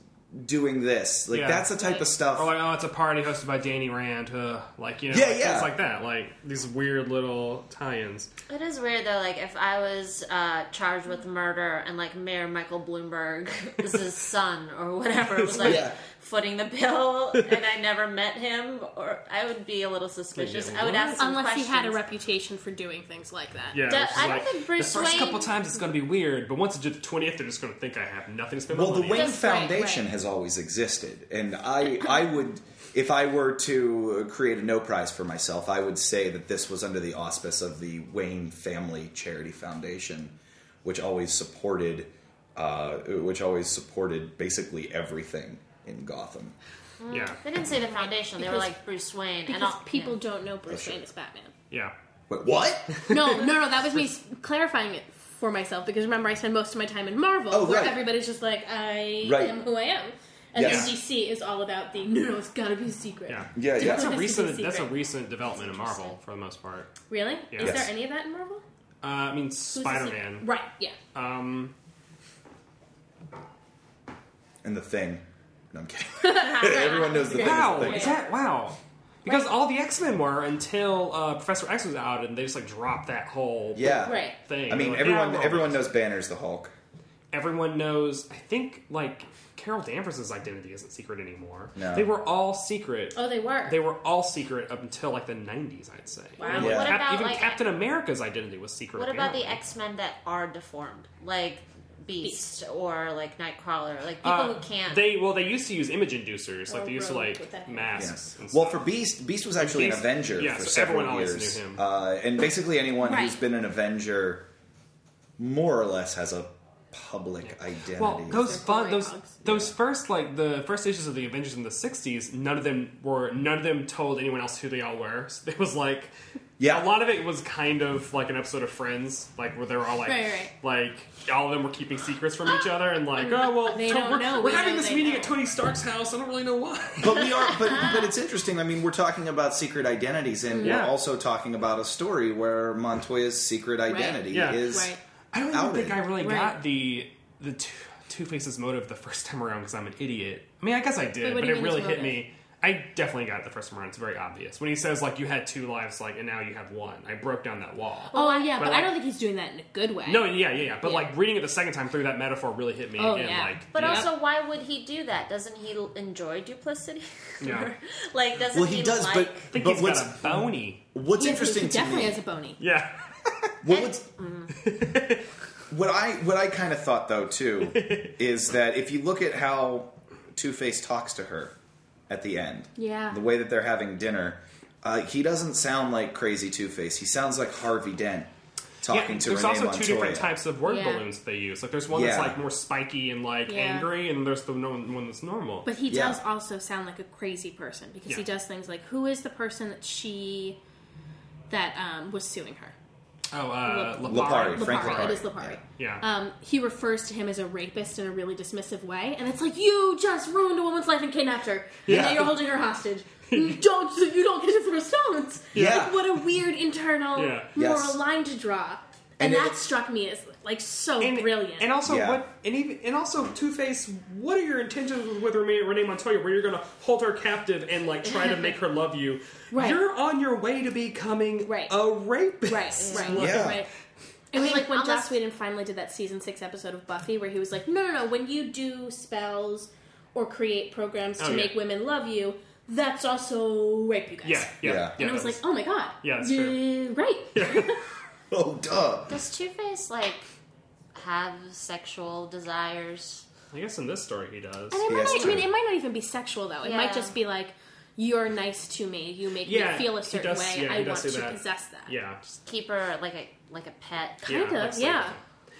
doing this. Like
Yeah.
that's the type
Right.
of stuff.
Or like, oh, it's a party hosted by Danny Rand. Uh, like, you know,
Yeah,
like,
yeah.
things like that. Like these weird little tie-ins.
It is weird though. Like if I was uh, charged with murder and like Mayor Michael Bloomberg is his son or whatever was like
Yeah.
footing the bill, and I never met him, or I would be a little suspicious. I would ask some
Unless he had a
questions.
reputation for doing things like that.
Yeah,
Da-
which is
I don't
like,
think Bruce
the first
Wayne-
couple times it's going to be weird, but once it's the twentieth, they're just going to think I have nothing to spend
Well,
my
the
money on.
Wayne
Just right,
Foundation
right.
has always existed, and I I would if I were to create a no prize for myself, I would say that this was under the auspice of the Wayne Family Charity Foundation, which always supported uh, which always supported basically everything in Gotham.
yeah,
They didn't say the foundation. they were
Because-
like Bruce Wayne, and
Because
all,
people
yeah.
don't know Bruce Wayne is Batman.
yeah.
Wait, what?
No, no, no. That was me s- clarifying it for myself because remember I spend most of my time in Marvel,
Oh,
where
right.
everybody's just like, I
Right.
am who I am, and
Yes.
then DC is all about the no, no, it's gotta be a secret.
Yeah,
Yeah, yeah.
That's a
This is a
recent.
secret.
That's a recent development in Marvel, for the most part.
Really?
Yeah.
Is
Yes.
there any of that in Marvel?
Uh, I mean,
Who's the
Spider
secret-
Man.
Right. Yeah.
Um,
and the thing. No, I'm kidding. Everyone knows the thing.
wow,
Is the
is
thing.
that wow? Because all the X Men were until uh, Professor X was out, and they just like dropped that whole
Yeah.
Right.
thing.
I mean,
Like,
everyone
yeah, well,
everyone knows Banner's the Hulk.
everyone knows. I think like Carol Danvers's identity isn't secret anymore.
No.
They were all secret.
Oh, they were.
They were all secret up until like the '90s, I'd say.
Wow.
And,
Yeah.
like,
What
Cap-
about,
even
like,
Captain America's identity was secret.
What about the
apparently.
X Men that are deformed, like Beast, or like Nightcrawler, like people
Uh,
who can't?
They well, they used to use image inducers, like
Or
they used to
rogue
like
with that hair.
Yeah.
masks. and
Well, for
stuff.
Beast, Beast was actually
Beast-
an Avenger
yeah,
for
so
several
everyone always
years,
knew him.
Uh, and basically anyone who's
Right.
been an Avenger, more or less, has a public identity.
Well, those
They're
fun, those
Gorygogs.
those first like the first issues of the Avengers in the '60s. None of them were none of them told anyone else who they all were. So it was like,
Yeah.
a lot of it was kind of like an episode of Friends, like where they were all like,
Right, right.
like all of them were keeping secrets from each other, and like, oh well,
They
Tony-
don't
we're,
know.
we're
We
having
know
this
they
meeting
know.
at Tony Stark's house. I don't really know why.
but we are, but, but it's interesting. I mean, we're talking about secret identities, and
Yeah.
we're also talking about a story where Montoya's secret identity
Yeah.
is.
Right.
I don't even
outed.
think I really
Right.
got the the two, Two Faces motive the first time around because I'm an idiot. I mean, I guess I
Wait,
did,
what
but
do you
it
mean
really
his
hit
motive?
me. I definitely got it the first time around. It's very obvious when he says like you had two lives, like and now you have one. I broke down that wall.
Oh yeah, but,
But,
I
like-
don't think he's doing that in a good way.
No, yeah, yeah, yeah. But
Yeah.
like reading it the second time through, that metaphor really hit me
Oh,
again.
yeah.
Like,
But
yeah.
also, why would he do that? Doesn't he l- enjoy duplicity?
Yeah.
Or, like, doesn't
Well, he does,
like...
but-
I think
but
he's
what's-
got a bony.
What's
He-
interesting
He
to
definitely
me
has a bony.
Yeah,
What would, what I what I kind of thought though too is that if you look at how Two Face talks to her at the end,
Yeah.
the way that they're having dinner, uh, he doesn't sound like crazy Two Face. He sounds like Harvey Dent
yeah.
talking to
There's
Renee
also
Montoya.
two different types of word
Yeah.
balloons that they use. Like, there's one that's
Yeah.
like more spiky and like
Yeah.
angry, and there's the no- one that's normal.
But he
Yeah.
does also sound like a crazy person because he
Yeah.
does things like, "Who is the person that she that um, was suing her?"
oh, uh,
Lep-
Lipari.
Lipari, Frank
It
Lipari.
is Lipari.
Yeah.
Um, he refers to him as a rapist in a really dismissive way, and it's like you just ruined a woman's life and kidnapped her,
Yeah.
and now you're holding her hostage. You don't you don't get to throw stones.
Yeah.
Like, what a weird internal
Yeah.
moral
Yes.
line to draw.
And
And,
it-
that struck me as like so
and,
brilliant.
And also,
Yeah.
what and even and also, Two Face. What are your intentions with, with Renee, Renee Montoya? Where you're going to hold her captive and like try to make her love you?
Right.
You're on your way to becoming
Right.
a rapist.
Right, right,
Yeah.
right. And we
mean,
like when
unless-
Joss Whedon finally did that season six episode of Buffy, where he was like, "No, no, no! When you do spells or create programs to
Oh, yeah.
make women love you, that's also rape, you guys."
Yeah, yeah,
Yeah.
yeah.
and I was like,
that's-
"Oh my god,
Yeah, that's
you're right."
Oh, duh.
Does Two Face, like, have sexual desires?
I guess in this story he does.
And it
Yes,
might, I
true.
mean, it might not even be sexual though. It
Yeah.
might just be like, "You're nice to me. You make
Yeah,
me feel a
he
certain
does-
way.
yeah, he
I want
does
to
say that.
possess that."
Yeah.
Keep her like a like a pet.
Yeah,
kind
like
of,
so.
yeah.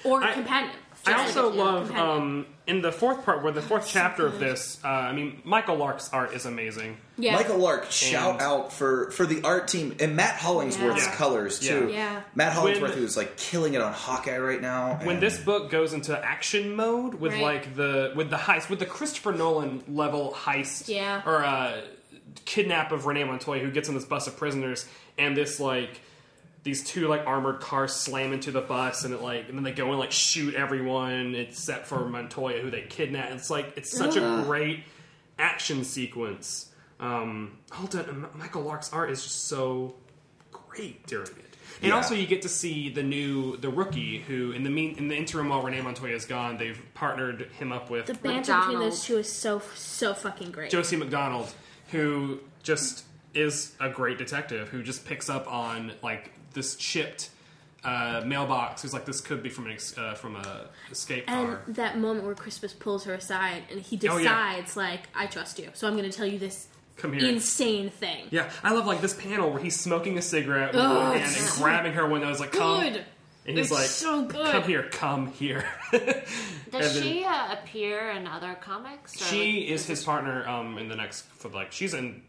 Or
I-
companion.
I
Just
also
like, you know,
love
companion.
um, in the fourth part, where the fourth chapter of this. Uh, I mean, Michael Lark's art is amazing.
yeah.
Michael Lark, shout
And-
out for for the art team and Matt Hollingsworth's
Yeah.
colors
Yeah.
too.
Yeah.
Matt Hollingsworth
When-
who's like killing it on Hawkeye right now.
when
and-
this book goes into action mode with
Right.
like the with the heist with the Christopher Nolan level heist
Yeah.
or uh kidnap of Renee Montoya who gets on this bus of prisoners and this like these two like armored cars slam into the bus and it like and then they go and like shoot everyone except for Montoya who they kidnap. It's like it's such a great action sequence. Um, hold on, M- Michael Lark's art is just so great during it. And
Yeah.
also, you get to see the new the rookie who in the mean in the interim while Rene Montoya is gone, they've partnered him up with
The banter between
McDonald.
those two is so so fucking great.
Josie McDonald, who just is a great detective who just picks up on like this chipped uh, mailbox. Who's like, this could be from an ex- uh, from a escape
and
car.
that moment where Crispus pulls her aside and he
Oh,
decides,
yeah.
like, I trust you, so I'm going to tell you this
Come here.
insane thing.
yeah, I love like this panel where he's smoking a cigarette with
Oh,
one hand and
it's
grabbing her one nose like, come,
Good.
and he's
It's
like,
so good.
come here, come here.
Does
And then-
she uh, appear in other comics? Or
She
like-
is his partner um, in the next for like she's in.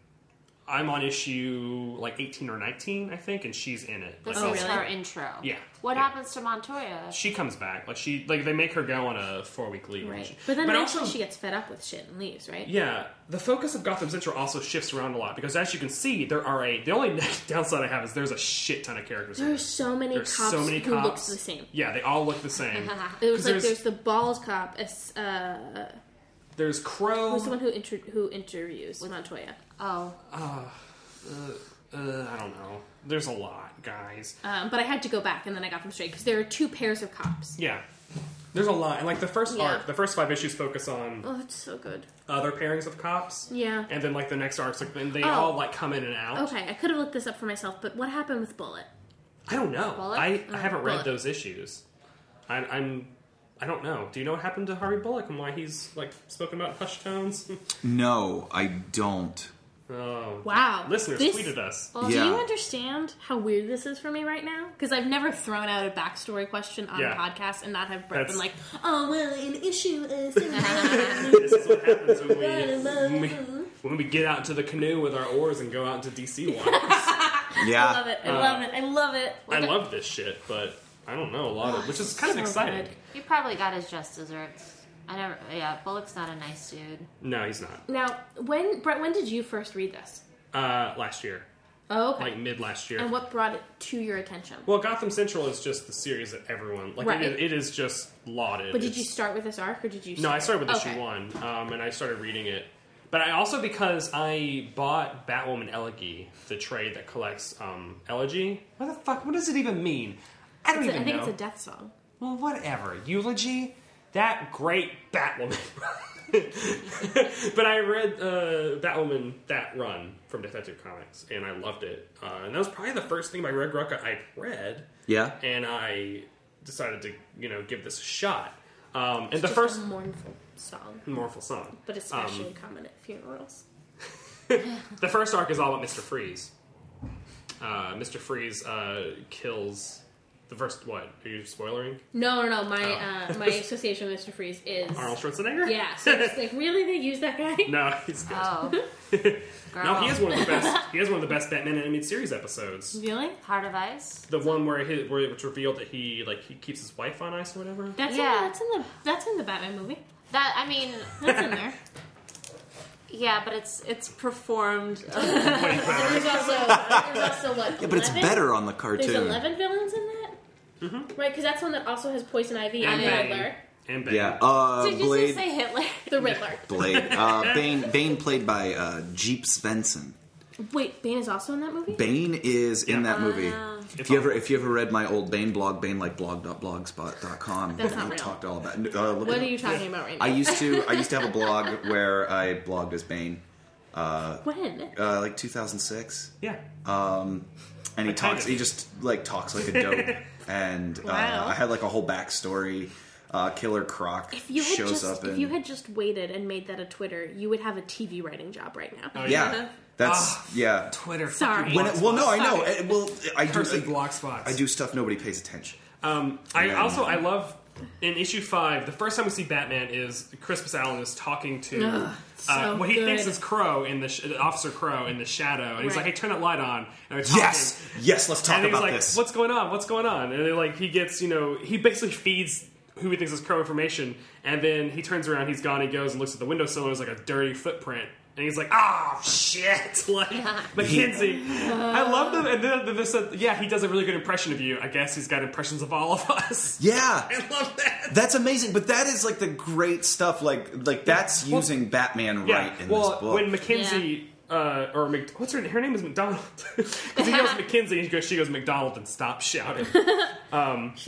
I'm on issue like 18 or 19, I think, and she's in it.
This
Like,
Oh,
is
really?
her intro.
Yeah.
What
Yeah.
happens to Montoya?
she comes back. Like she like they make her go on a four week leave.
Right. But then eventually
also
she gets fed up with shit and leaves, right?
yeah, the focus of Gotham Central also shifts around a lot because as you can see, there are a the only downside I have is there's a shit ton of characters. in
There are
it.
so many
There's
cops
so many
who look
cops.
the same.
Yeah, they all look the same.
It
'Cause
was like
there's,
there's, the bald cop, as, uh,
there's Crow.
who's the one who inter- who interviews Montoya?
Oh,
uh, I don't know. There's a lot, guys.
Um, but I had to go back and then I got them straight because there are two pairs of cops.
Yeah, there's a lot. And like the first
Yeah.
arc, the first five issues focus on
Oh, it's so good.
other pairings of cops.
Yeah.
and then like the next arcs, like and they
Oh.
all like come in and out.
Okay, I could have looked this up for myself, but what happened with Bullet?
I don't know.
Bullock?
I, I
Uh,
haven't read
Bullock.
those issues. I, I'm I don't know. Do you know what happened to Harvey Bullock and why he's like spoken about in hushed tones?
No, I don't.
oh,
Wow.
listeners
This-
tweeted us.
Do
Yeah.
you understand how weird this is for me right now? Because I've never thrown out a backstory question on
Yeah.
a podcast and not have Brett been like,
That's-
"Oh well, an issue is."
This is what happens when we, when we when we get out into the canoe with our oars and go out into DC waters.
Yeah,
I love it. I love it. I love it.
I love this shit, but I don't know a lot of which is kind of
so
exciting.
good.
he probably got his just desserts. I never. Yeah, Bullock's not a nice dude.
No, he's not.
Now, when Brett, when did you first read this?
Uh, last year,
Oh, okay.
like mid last year.
and what brought it to your attention?
well, Gotham Central is just the series that everyone like.
Right.
It, is, it is just lauded.
but did
It's-
you start with this arc, or did you?
No, I started with
Okay.
issue one, um, and I started reading it. But I also because I bought Batwoman Elegy, the trade that collects um, Elegy. What the fuck? What does it even mean? I don't
It's a- I
even
think
know.
it's a death song.
well, whatever. Eulogy. That great Batwoman. but I read uh, Batwoman that run from Detective Comics, and I loved it. Uh, and that was probably the first thing by Red Rucka I read
yeah.
and I decided to you know give this a shot. Um, and the
Just
first
a mournful song,
mournful song,
but especially
Um,
common at funerals.
the first arc is all about Mister Freeze. Uh, Mister Freeze uh, kills the first. What are you spoilering?
No, no, no. My
Oh.
uh, my association with Mr. Freeze is
Arnold Schwarzenegger.
yeah. So it's like really, they use that guy.
no, he's good.
Oh, girl.
no, he is one of the best. He is one of the best Batman animated series episodes.
Really?
Heart of Ice.
The one where he, where it's revealed that he like he keeps his wife on ice or whatever.
That's in,
Yeah.
that's in the that's in the Batman movie.
That I mean,
That's in there.
yeah, but it's it's performed.
There's also
uh,
there's also what?
Yeah, but it's
11?
better on the
There's
cartoon.
eleven villains in that. Mm-hmm. Right, because that's one that also has poison ivy
And
and
Bane.
Riddler,
And Bane.
Yeah, uh,
Did you
Blade.
just say Hitler?
the Riddler.
Blade. Uh, Bane. Bane played by uh, Jeep Svensson.
Wait, Bane is also in that movie.
Bane is in
Oh,
Yeah.
that movie.
It's
If you
all-
ever if you ever read my old Bane blog, Bane like blog.blogspot.com,
That's not
we
real.
talked all about. Uh, look
What
it
are
up.
you talking about right now?
I used to I used to have a blog where I blogged as Bane,
when?
uh, like 2006,
yeah.
and he
I kind
talks.
of-
He just like talks like a dope, and
Wow.
uh, I had like a whole backstory. Uh, Killer Croc
If you had
shows
just
up, and
if you had just waited and made that a Twitter, you would have a TV writing job right now.
Oh,
yeah, that's
Ah.
yeah.
Twitter.
Sorry.
When it, well, no, I know.
Sorry.
It, well, I do.
Cursed
I,
block spots.
I do stuff nobody pays attention.
Um, I
Yeah.
also I love in issue five. The first time we see Batman is Crispus Allen is talking to
Ugh,
uh,
so
what he
good.
thinks is Crow in the sh- Officer Crow in the shadow, and he's
Right.
like, "Hey, turn that light on." And they're talking.
Yes, yes. Let's talk
And he's
about
like,
this.
"What's going on? What's going on?" And they're like, he gets you know he basically feeds who he thinks is crow information, and then he turns around, he's gone, he goes and looks at the windowsill, and there's like a dirty footprint. And he's like, "Ah, shit!" Like Mackenzie, I love them. And then they said, "Yeah, he does a really good impression of you. I guess he's got impressions of all of us."
Yeah,
I love that.
that's amazing. But that is like the great stuff. Like like that's
Well-
using Batman
Yeah.
right in
well,
this book.
when Mackenzie uh, or Mc, what's her her name is McDonald because he yells Mackenzie and she goes, she goes McDonald and stops shouting.
She's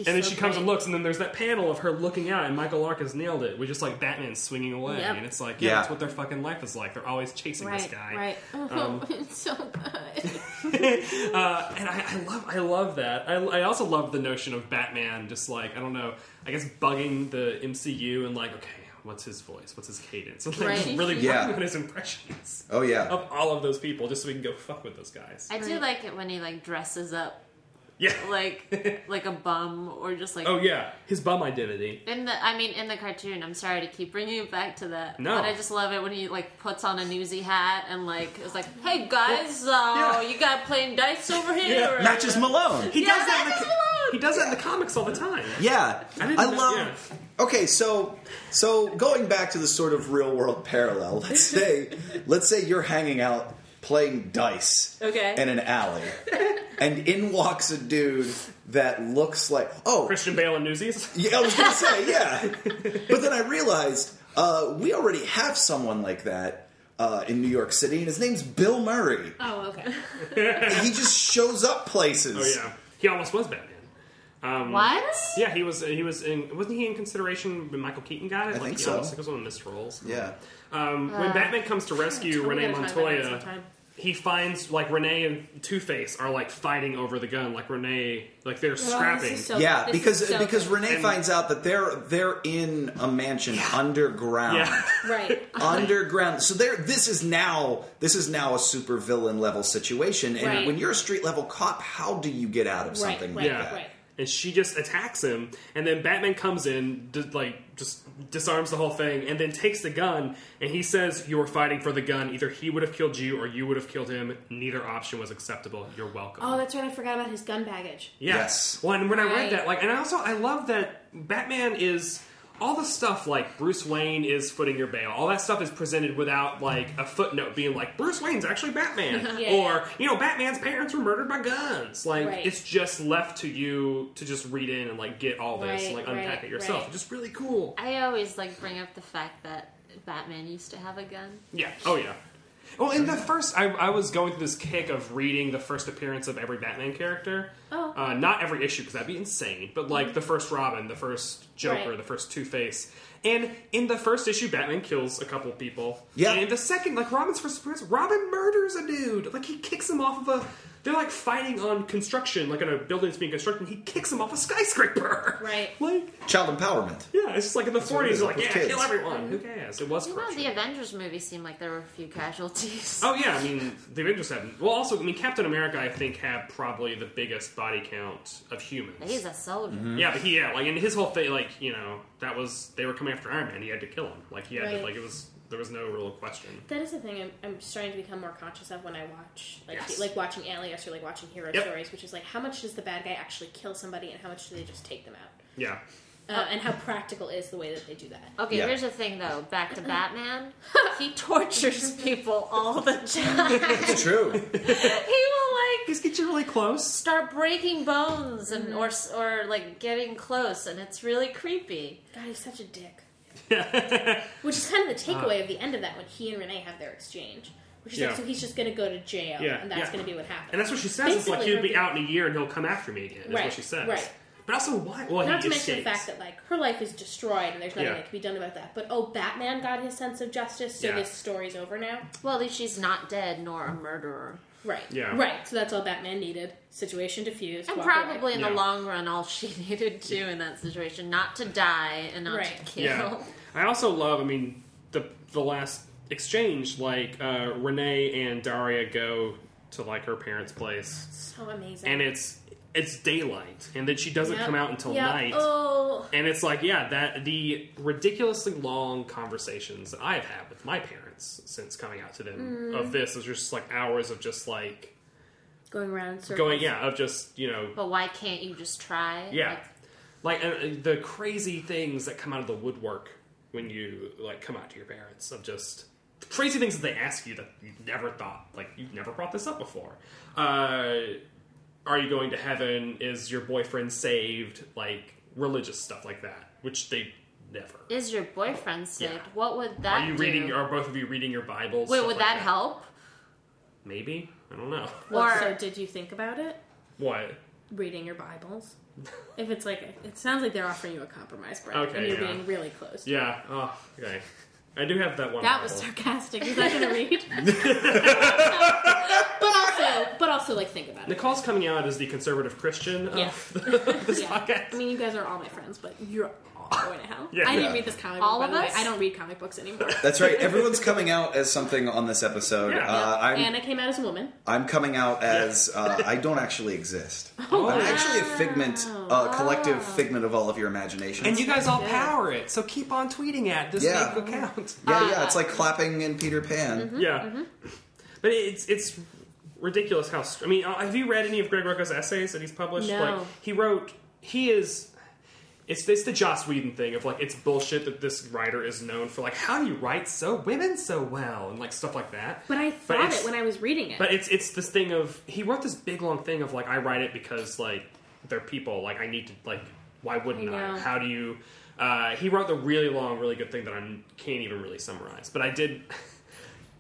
and then
so
she comes
great.
and looks, and then there's that panel of her looking out, and Michael Lark has nailed it. We're just like Batman swinging away,
Yep.
and it's like, yeah,
Yeah.
that's what their fucking life is like. They're always chasing this guy,
Right. Oh, it's so good.
uh, and I, I love, I love that. I, I also love the notion of Batman just like I don't know, I guess bugging the MCU and like, okay, what's his voice? What's his cadence? And like just
Right.
really
Yeah.
working on his impressions
oh yeah,
of all of those people, just so we can go fuck with those guys.
I do like it when he like dresses up
yeah.
like like a bum or just like
oh yeah, his bum identity.
In the, I mean, in the cartoon. I'm sorry to keep bringing it back to that.
No.
but I just love it when he like puts on a newsy hat and like is like, "Hey guys, uh,
yeah.
you got playing dice over here."
Yeah.
or-
matches Malone.
He
Yeah,
does that. In the,
that's
co- he does that in the comics all the time.
Yeah,
I didn't know-
love.
yeah.
Okay, so so going back to the sort of real world parallel, let's say let's say you're hanging out playing dice
Okay.
in an alley, and in walks a dude that looks like oh
Christian Bale and Newsies.
yeah, I was gonna say yeah, but then I realized uh, we already have someone like that. Uh, in New York City, and his name's Bill Murray.
Oh, okay.
He just shows up places.
Oh yeah, he almost was Batman.
What?
Yeah, he was. He was in. Wasn't he in consideration when Michael Keaton got it? like,
think
he
so.
Almost, it was one of the missed rolls.
yeah.
Um, when Batman comes to rescue
Totally
Renee
gotta talk about that
Montoya,
sometime.
he finds like Renee and Two Face are like fighting over the gun. Like Renee, like they're scrapping.
is so-
Yeah,
This
because
is so
because
good.
Renee
And-
finds out that they're they're in a mansion underground.
yeah.
Right.
underground. So there this is now this is now a super villain level situation. And
Right.
when you're a street level cop, how do you get out of something
right,
like
Yeah.
that?
right.
And she just attacks him, and then Batman comes in, d- like just disarms the whole thing, and then takes the gun. And he says, "You were fighting for the gun. Either he would have killed you, or you would have killed him. Neither option was acceptable. You're welcome."
Oh, that's right. I forgot about his gun baggage.
Yeah.
Yes.
Well, and when I read
Right.
that, like, and I also I love that Batman is all the stuff like Bruce Wayne is footing your bail. All that stuff is presented without like a footnote being like Bruce Wayne's actually Batman,
Yeah,
or
yeah.
you know Batman's parents were murdered by guns. Like
Right.
it's just left to you to just read in and like get all this, and,
Right,
like unpack
right,
it yourself.
right.
Just really cool.
I always like bring up the fact that Batman used to have a gun.
Yeah. Oh yeah. Well, in the first, I, I was going through this kick of reading the first appearance of every Batman character.
Oh. Mm-hmm.
Uh, not every issue, because that'd be insane, but like the first Robin, the first Joker,
Right.
the first Two Face. And in the first issue, Batman kills a couple people.
Yeah.
And in the second, like Robin's first appearance, Robin murders a dude. Like he kicks him off of a. They're like fighting on construction, like on a building that's being constructed, and he kicks him off a skyscraper.
Right.
Like,
Child empowerment.
yeah, it's just like in the 40s,
is
like,
with
yeah,
kids.
kill everyone. Who cares? It was
You know,
corruption.
the Avengers movie seemed like there were a few casualties.
Oh yeah, I mean the Avengers have. Well, also I mean Captain America, I think had probably the biggest body count of humans.
He's a soldier.
yeah, but he yeah, like and his whole thing, like you know, that was they were coming after Iron Man. He had to kill him. Like he had to,
Right.
like it was there was no real question.
That is the thing I'm, I'm starting to become more conscious of when I watch, like,
Yes.
like watching Alias or like watching Hero
Yep.
Stories, which is like how much does the bad guy actually kill somebody, and how much do they just take them out,
Yeah,
uh, and how practical is the way that they do that.
Okay,
Yeah.
here's the thing though. Back to Batman. he tortures people all the time.
It's true.
he will like
just get you really close.
start breaking bones and
Mm-hmm.
or s- or like getting close, and it's really creepy.
God, he's such a dick. which is kind of the takeaway of the end of that when he and Renee have their exchange, which is
Uh. Yeah.
like so he's just going to go to jail,
Yeah,
and that's
yeah.
going to be what happens.
And that's what she says. It's like
Basically,
he'd be
her-
out in a year and he'll come after me again. Is what
Right,
she says.
right.
But also why? Well,
Not
he
to mention the
escapes.
fact that like her life is destroyed and there's nothing
Yeah.
that can be done about that. But oh, Batman got his sense of justice, so
Yeah.
this story's over now.
Well, at least she's not dead nor a murderer.
Right.
Yeah.
Right. So that's all Batman needed. Situation diffused.
And
walk
probably
away.
in
Yeah.
the long run, all she needed to in that situation, not to die and not
Right.
to kill.
Yeah. I also love, I mean, the the last exchange, like uh, Renee and Daria go to like her parents' place
so amazing.
and it's it's daylight and then she doesn't
Yep.
come out until
Yep.
night.
Oh.
And it's like, yeah, that the ridiculously long conversations that I've had with my parents since coming out to them
Mm-hmm.
of this is just like hours of just like
Going around. in Circles.
going, yeah, of just, you know,
But why can't you just try?
yeah.
Like,
like and, uh, the crazy things that come out of the woodwork when you like come out to your parents of just crazy things that they ask you that you never thought like you've never brought this up before. Uh, are you going to heaven? Is your boyfriend saved? Like religious stuff like that, which they never.
Is your boyfriend saved?
Yeah.
What would that?
Are you
do?
reading? Are both of you reading your Bibles?
Wait,
Stuff
would
like
that, help?
Maybe I don't know.
Well,
Or-
so did you think about it?
What?
Reading your Bibles? If it's like, it sounds like they're offering you a compromise, Brett, and
Okay,
you're
yeah.
being really close.
Yeah. Oh, okay. I do have that one.
That was
Bible.
sarcastic. Is that going to read? but also, but also, like, think about it.
Nicole's coming out as the conservative Christian Oh, of
Yeah.
this
Yeah.
podcast.
I mean, you guys are all my friends, but you're all going to hell.
Yeah.
I didn't
Yeah.
read this comic book.
All
by
of
the way.
us?
I don't read comic books anymore.
That's right. Everyone's coming out as something on this episode.
Yeah.
Uh, I'm
Anna came out as a woman.
I'm coming out as uh, I don't actually exist.
Oh,
I'm actually a figment, a collective figment of all of your imaginations.
and you guys all power it, so keep on tweeting at this
Yeah.
fake account.
yeah, yeah. It's like clapping in Peter Pan.
Yeah. But it's it's ridiculous how. St- I mean, uh, have you read any of Greg Rucka's essays that he's published?
No.
Like he wrote, he is. It's this the Joss Whedon thing of like it's bullshit that this writer is known for like how do you write so women so well and like stuff like that.
But I thought
it's-
it when I was reading it.
But it's it's this thing of he wrote this big long thing of like I write it because like they're people like I need to like why wouldn't
I
I?
know.
How do you? Uh, he wrote the really long, really good thing that I can't even really summarize. But I did.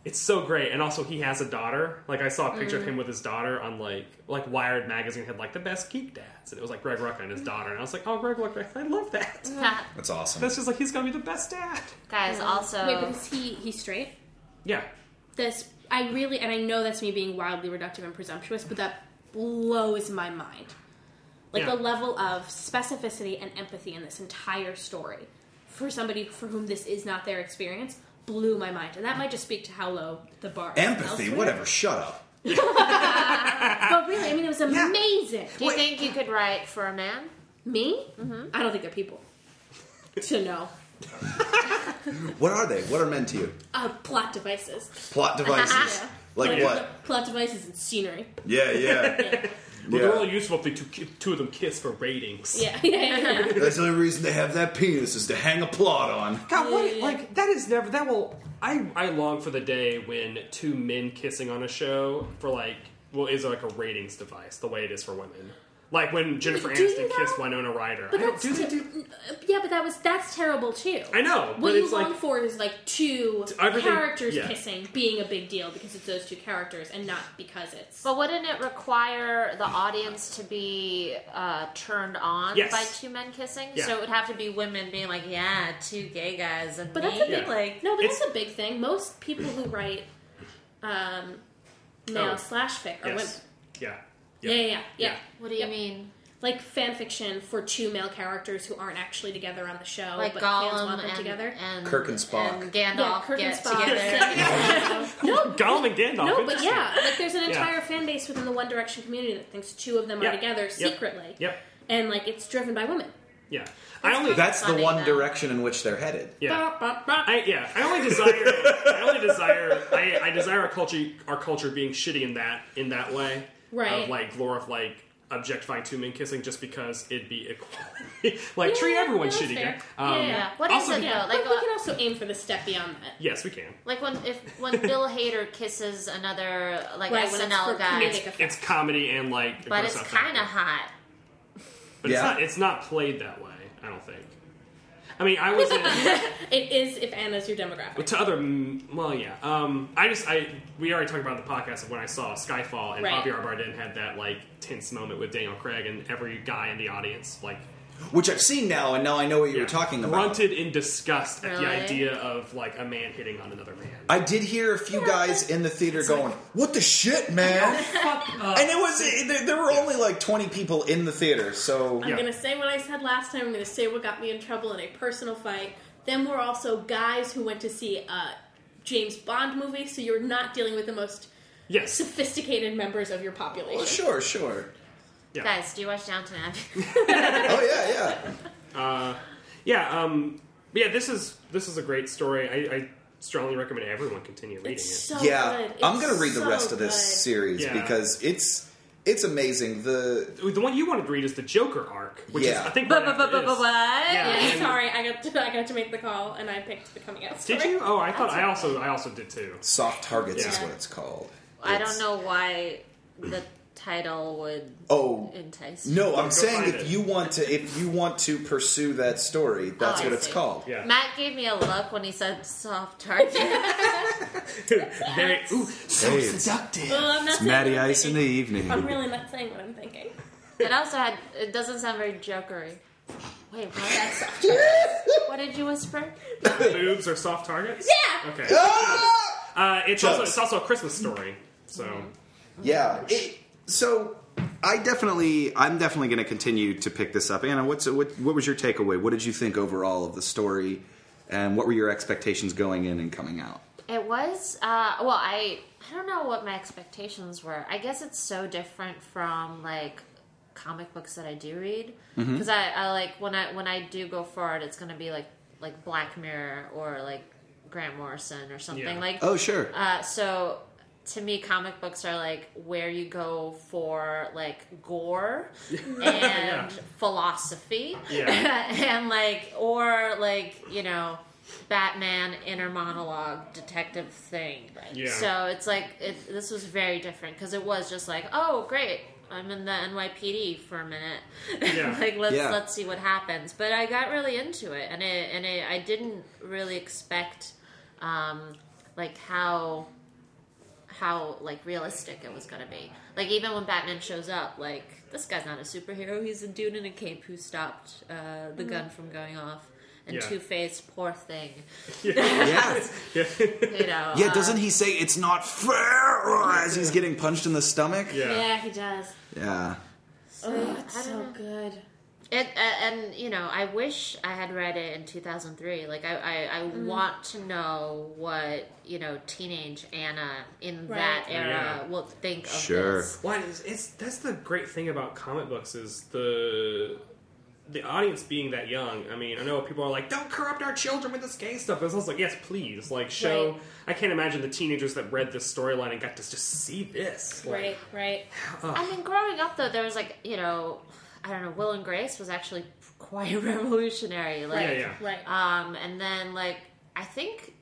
It's so great, and also he has a daughter. Like I saw a picture
Mm.
of him with his daughter on like like Wired magazine had like the best geek dads, and it was like Greg Rucka and his daughter, and I was like, oh Greg Rucka, I love that.
That-
That's awesome.
That's just like he's gonna be the best dad.
Guys, also,
Mm-hmm. Wait, but is he he's straight?
Yeah,
This I really and I know that's me being wildly reductive and presumptuous, but that blows my mind. Like
Yeah.
the level of specificity and empathy in this entire story for somebody for whom this is not their experience blew my mind, and that might just speak to how low the bar. is
Empathy,
elsewhere.
whatever. Shut up.
But really, I mean, it was amazing.
do you think you could write for a man?
Me? I don't think they're people. to know.
What are they? What are men to you?
Uh, plot devices.
Plot devices.
Yeah.
Like what?
Plot devices and scenery.
Yeah, yeah.
well, they're
yeah.
only useful if the two, ki- two of them kiss for ratings.
Yeah, yeah, yeah.
That's the only reason they have that penis is to hang a plot on.
God, what, like that is never that will. I I long for the day when two men kissing on a show for like well is like a ratings device the way it is for women. Like when Jennifer
Do you
Aniston
know?
kissed Winona Ryder. I
But
don't
that's uh,
do they do.
yeah, but that was that's terrible too.
I know,
What
but
you
it's
long
like
for is like two
everything-
characters
yeah.
kissing being a big deal because it's those two characters and not because it's.
But wouldn't it require the audience to be uh, turned on
Yes.
by two men kissing?
Yeah.
So it would have to be women being like, "Yeah, two gay guys and
But
me."
that's a big
Yeah.
Like,
no, but that's
it's-
a big thing. Most people who write um, male
Oh.
slash fic are
yes, yeah,
women. Yeah, yeah, yeah. yeah.
Yeah.
what do you
Yep.
mean?
Like fan fiction for two male characters who aren't actually together on the show,
Like
but fans
Gollum
want them
and,
together.
and
Kirk and Spock.
and
Yeah,
Gandalf
Kirk and
get
Spock.
together.
no,
Gollum and Gandalf.
No, but
interesting.
yeah, like there's an
Yeah.
entire fan base within the One Direction community that thinks two of them
Yeah.
are together
Yep.
secretly.
Yep.
And like it's driven by women.
yeah. I only
That's the
Funny,
one
though.
direction in which they're headed.
yeah.
Bah, bah, bah.
I, yeah, I only desire, I only desire, I, I desire our culture, our culture being shitty in that, in that way,
Right.
Of like glorify, like objectifying two men kissing just because it'd be equality, like treat everyone
that's
shitty.
fair.
Um,
Yeah, yeah.
What is
also,
it though?
yeah,
Like,
but we can also aim for the step beyond that.
Yes, we can.
like when if when Bill Hader kisses another like
Right, when it's for
SNL guy,
comedic
it's,
effect.
It's comedy and like,
but
gross
it's
out
kind of
factor.
hot.
But
Yeah.
it's not, it's not played that way. I don't think. I mean, I was in,
It is if Anna's your demographic.
to other. mm, Well, yeah. Um, I just, I we already talked about it in the podcast of when I saw Skyfall and
Right.
Javier Bardem had that like tense moment with Daniel Craig and every guy in the audience like
Which I've seen now, and now I know what you were talking about.
grunted in disgust at the
Really?
idea of like a man hitting on another man.
I did hear a few guys in the theater going, "What the shit, man!" And it was it, there- there were only like twenty people in the theater, so
I'm
Yeah.
gonna say what I said last time. I'm gonna say what got me in trouble in a personal fight. Then we're also guys who went to see a James Bond movie, so you're not dealing with the most
Yes.
sophisticated members of your population.
well, Oh, sure, sure.
Yeah.
Guys, do you watch Downton Abbey?
Oh yeah, yeah.
Yeah. Um. but Yeah. This is this is a great story. I, I strongly recommend everyone continue reading
It's
it.
so
yeah,
Oh, good.
I'm
It's
gonna read the
so
rest of this
good.
series
Yeah.
because it's it's amazing. The
The one you wanted to read is the Joker arc, which is
Yeah.
I think
But
right
but
after
but
this.
but but what?
Yeah.
Yeah,
and-
sorry, I got to, I got to make the call, and I picked the coming out story.
Did you? Oh, I thought I also I also did too.
soft targets is
Yeah.
what it's called.
I
It's-
don't know why the title would
Oh
entice. you.
no, I'm saying
find
if
it.
you want to if you want to pursue that story,
Oh,
that's
I
what it's
see.
called.
Yeah.
Matt gave me a look when he said soft target.
Very ooh, so
Hey, it's-
seductive.
Well, I'm not
It's
saying
Matty
what I'm
Ice in the
thinking.
evening.
I'm really not saying what I'm thinking.
it also had. It doesn't sound very jokery. Wait, what?
That's soft.
what did you whisper?
Boobs are soft targets.
Yeah.
Okay.
Ah!
Uh, it's also
Jokes.
it's also a Christmas story. So
Yeah. It, so I definitely, I'm definitely going to continue to pick this up. Anna, what's what? What was your takeaway? What did you think overall of the story, and what were your expectations going in and coming out?
It was uh, well. I I don't know what my expectations were. I guess it's so different from like comic books that I do read because I, I like when I when I do go forward, it's gonna be like like Black Mirror or like Grant Morrison or something
Yeah.
like.
Oh, sure.
Uh, so to me, comic books are like where you go for like gore and
Yeah.
philosophy,
Yeah.
and like or like you know, Batman inner monologue detective thing.
Yeah.
So it's like it, this was very different because it was just like, oh great, I'm in the NYPD for a minute.
Yeah.
like let's
Yeah.
let's see what happens. But I got really into it, and it and it, I didn't really expect um, like how how like realistic it was gonna be. Like even when Batman shows up, like this guy's not a superhero. He's a dude in a cape who stopped uh, the gun from going off. And
Yeah.
Two Face, poor thing.
yeah.
You know.
Yeah.
uh,
Doesn't he say it's not fair or as he's getting punched in the stomach?
yeah.
he does.
Yeah.
Oh, it's
I
so
don't
good.
It, uh, and you know, I wish I had read it in 2003. Like I, I, I want to know what you know, teenage Anna in
Right.
that era
Oh, Yeah.
will think of
Sure.
this.
Well, it's, it's that's the great thing about comic books is the the audience being that young. I mean, I know people are like, "Don't corrupt our children with this gay stuff," but it's also like, "Yes, please." Like, show.
Right.
I can't imagine the teenagers that read this storyline and got to just see this. Like,
Right, right.
I mean, growing up though, there was like you know, I don't know. Will and Grace was actually quite revolutionary. Like,
Yeah, yeah.
Right.
Um, and then like I think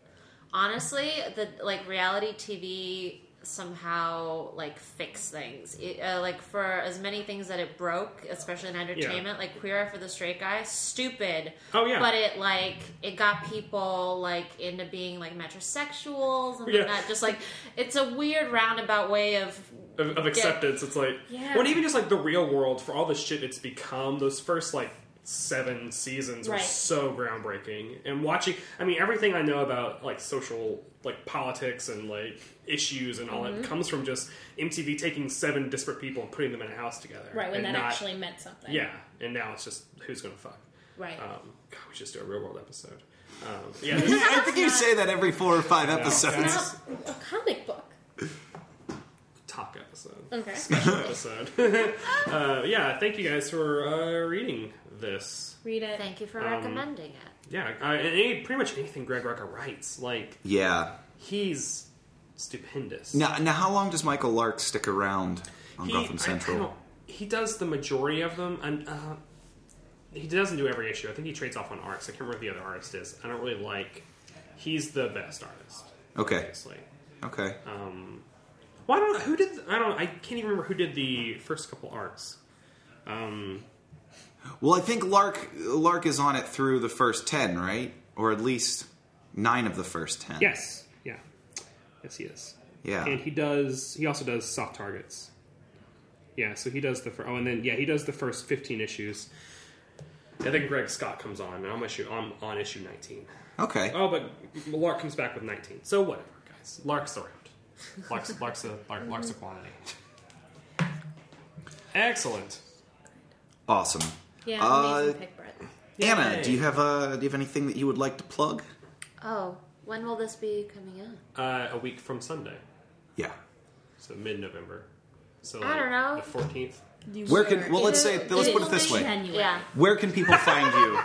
honestly, the like reality TV somehow like fix things. It, uh, like for as many things that it broke, especially in entertainment, like Queer Eye for the Straight Guy, stupid.
Oh, yeah.
But it like it got people like into being like metrosexuals and
Yeah.
whatnot. Just like it's a weird roundabout way of
of, of acceptance. It's like,
Yeah.
well, and even just like the real world for all the shit it's become. Those first like seven seasons were
Right.
so groundbreaking, and watching. I mean, everything I know about like social, like politics and like issues and all
Mm-hmm.
that comes from just MTV taking seven disparate people and putting them in a house together.
right, when
and
that
not-
actually meant something.
Yeah, and now it's just who's gonna fuck.
right.
Um, God, we should do a real world episode. Um, yeah, this is-
I think you say that every four or five episodes.
Not a comic book.
talk episode.
Okay.
Special episode. uh, yeah, thank you guys for uh, reading this.
Read it.
Thank you for
um,
recommending it.
Yeah, uh, and any, pretty much anything Greg Rucka writes, like
Yeah.
he's stupendous.
Now, now, how long does Michael Lark stick around on
he,
Gotham
I- I
Central?
don't- he does the majority of them, and uh, he doesn't do every issue. I think he trades off on arcs. I can't remember what the other artist is. I don't really like. He's the best artist,
okay.
obviously.
Okay.
Well, I don't. Who did? I don't. I can't even remember who did the first couple arcs. Um,
Well, I think Lark Lark is on it through the first ten, right? Or at least nine of the first ten.
yes, yeah, yes, he is.
Yeah.
and he does he also does soft targets yeah so he does the fir- oh and then yeah he does the first 15 issues and then greg scott comes on and i'm issue i'm on issue 19
okay.
oh but lark comes back with 19 so whatever guys lark's around lark's lark's a lark, lark's a quantity excellent
Awesome.
Yeah, amazing
Uh,
pick, Brett.
Anna,
Yay.
do you have uh, do you have anything that you would like to plug?
Oh, when will this be coming out?
uh, a week from sunday
Yeah.
so mid-november so
I don't know.
the 14th
Where can well let's say let's
It
put
will
it this
be
way.
Genuine.
Yeah.
Where can people find you?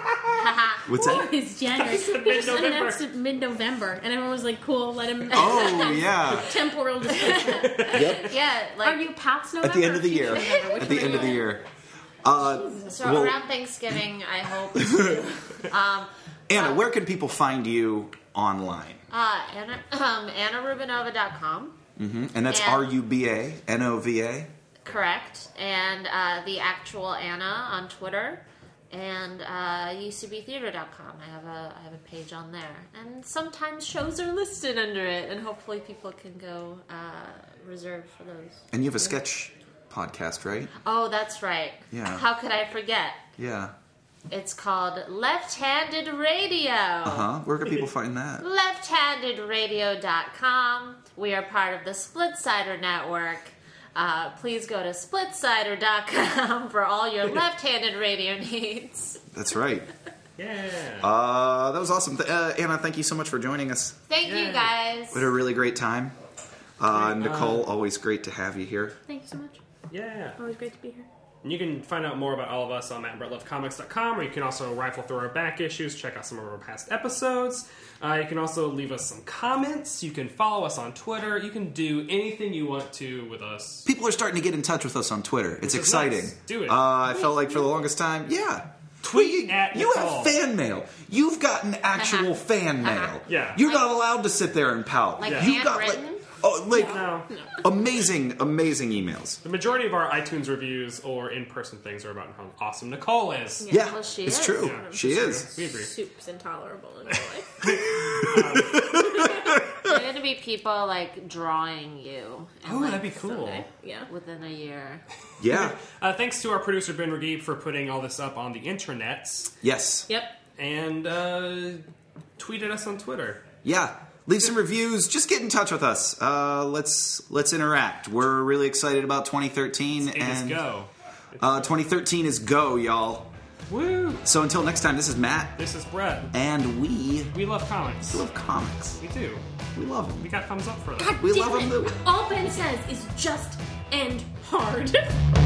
What's that?
It's January.
said
He just
mid-November.
announced it mid-November, and everyone was like, "Cool, let him."
Oh yeah.
Temporal decision.
Yep.
Yeah, like
Are you past November?
At the end of the
or future
year.
November? Which
At the
one
end
are
of the
you at?
year. Uh,
so
well,
around Thanksgiving, I hope. to, um,
Anna, where can people find you online?
uh, Anna, um, AnnaRubinova.com.
hmm And that's
Yeah.
R U B A N O V A.
Correct. And uh, the actual Anna on Twitter and uh, ucbtheater.com. I have a I have a page on there, and sometimes shows are listed under it, and hopefully people can go uh, reserve for those.
And you have a sketch podcast, right?
Oh, that's right.
Yeah.
How could I forget?
Yeah.
It's called Left-Handed Radio.
Uh huh. Where can people find that?
lefthandedradio.com. We are part of the Splitsider Network. Uh, please go to splitsider.com for all your left-handed radio needs.
That's right.
Yeah.
Uh, that was awesome. Th- uh, Anna, thank you so much for joining us.
Thank you
Yay.
guys.
What a really great time. Uh, Nicole, always great to have you here.
Thank you so much.
yeah.
Always great to be here.
And you can find out more about all of us on mattandbrettlovecomics.com, or you can also rifle through our back issues, check out some of our past episodes. Uh, you can also leave us some comments. You can follow us on Twitter. You can do anything you want to with us.
People are starting to get in touch with us on Twitter. It's
is
exciting.
nice. Do it.
Uh, I felt like for the longest time, yeah. Tweet you,
at
you
Nicole.
have fan mail. You've
Uh-huh.
gotten actual fan mail.
Yeah.
You're not allowed to sit there and pout.
Like
you got like,
handwritten?
oh, like
Now,
amazing, amazing emails.
the majority of our iTunes reviews or in person things are about how awesome Nicole is.
Yeah,
well, she
it's
is.
true.
Yeah,
she is.
We agree.
Soup's intolerable in my life.
There are going to be people like drawing you. and,
Oh,
like,
that'd be cool.
Yeah.
Within a year.
Yeah.
Uh, thanks to our producer, Ben Regeeb, for putting all this up on the internets
Yes.
Yep.
and uh, tweeted us on Twitter.
Yeah. Leave some reviews. Just get in touch with us. Uh, let's let's interact. We're really excited about 2013
It is
and
go.
Uh, 2013 is go, y'all.
Woo!
So until next time, this is Matt,
This is Brett.
and we
We love comics.
love comics.
We do.
We love them.
We got thumbs up for that.
God
We
damn
love
it.
him, though.
All Ben says is just and hard.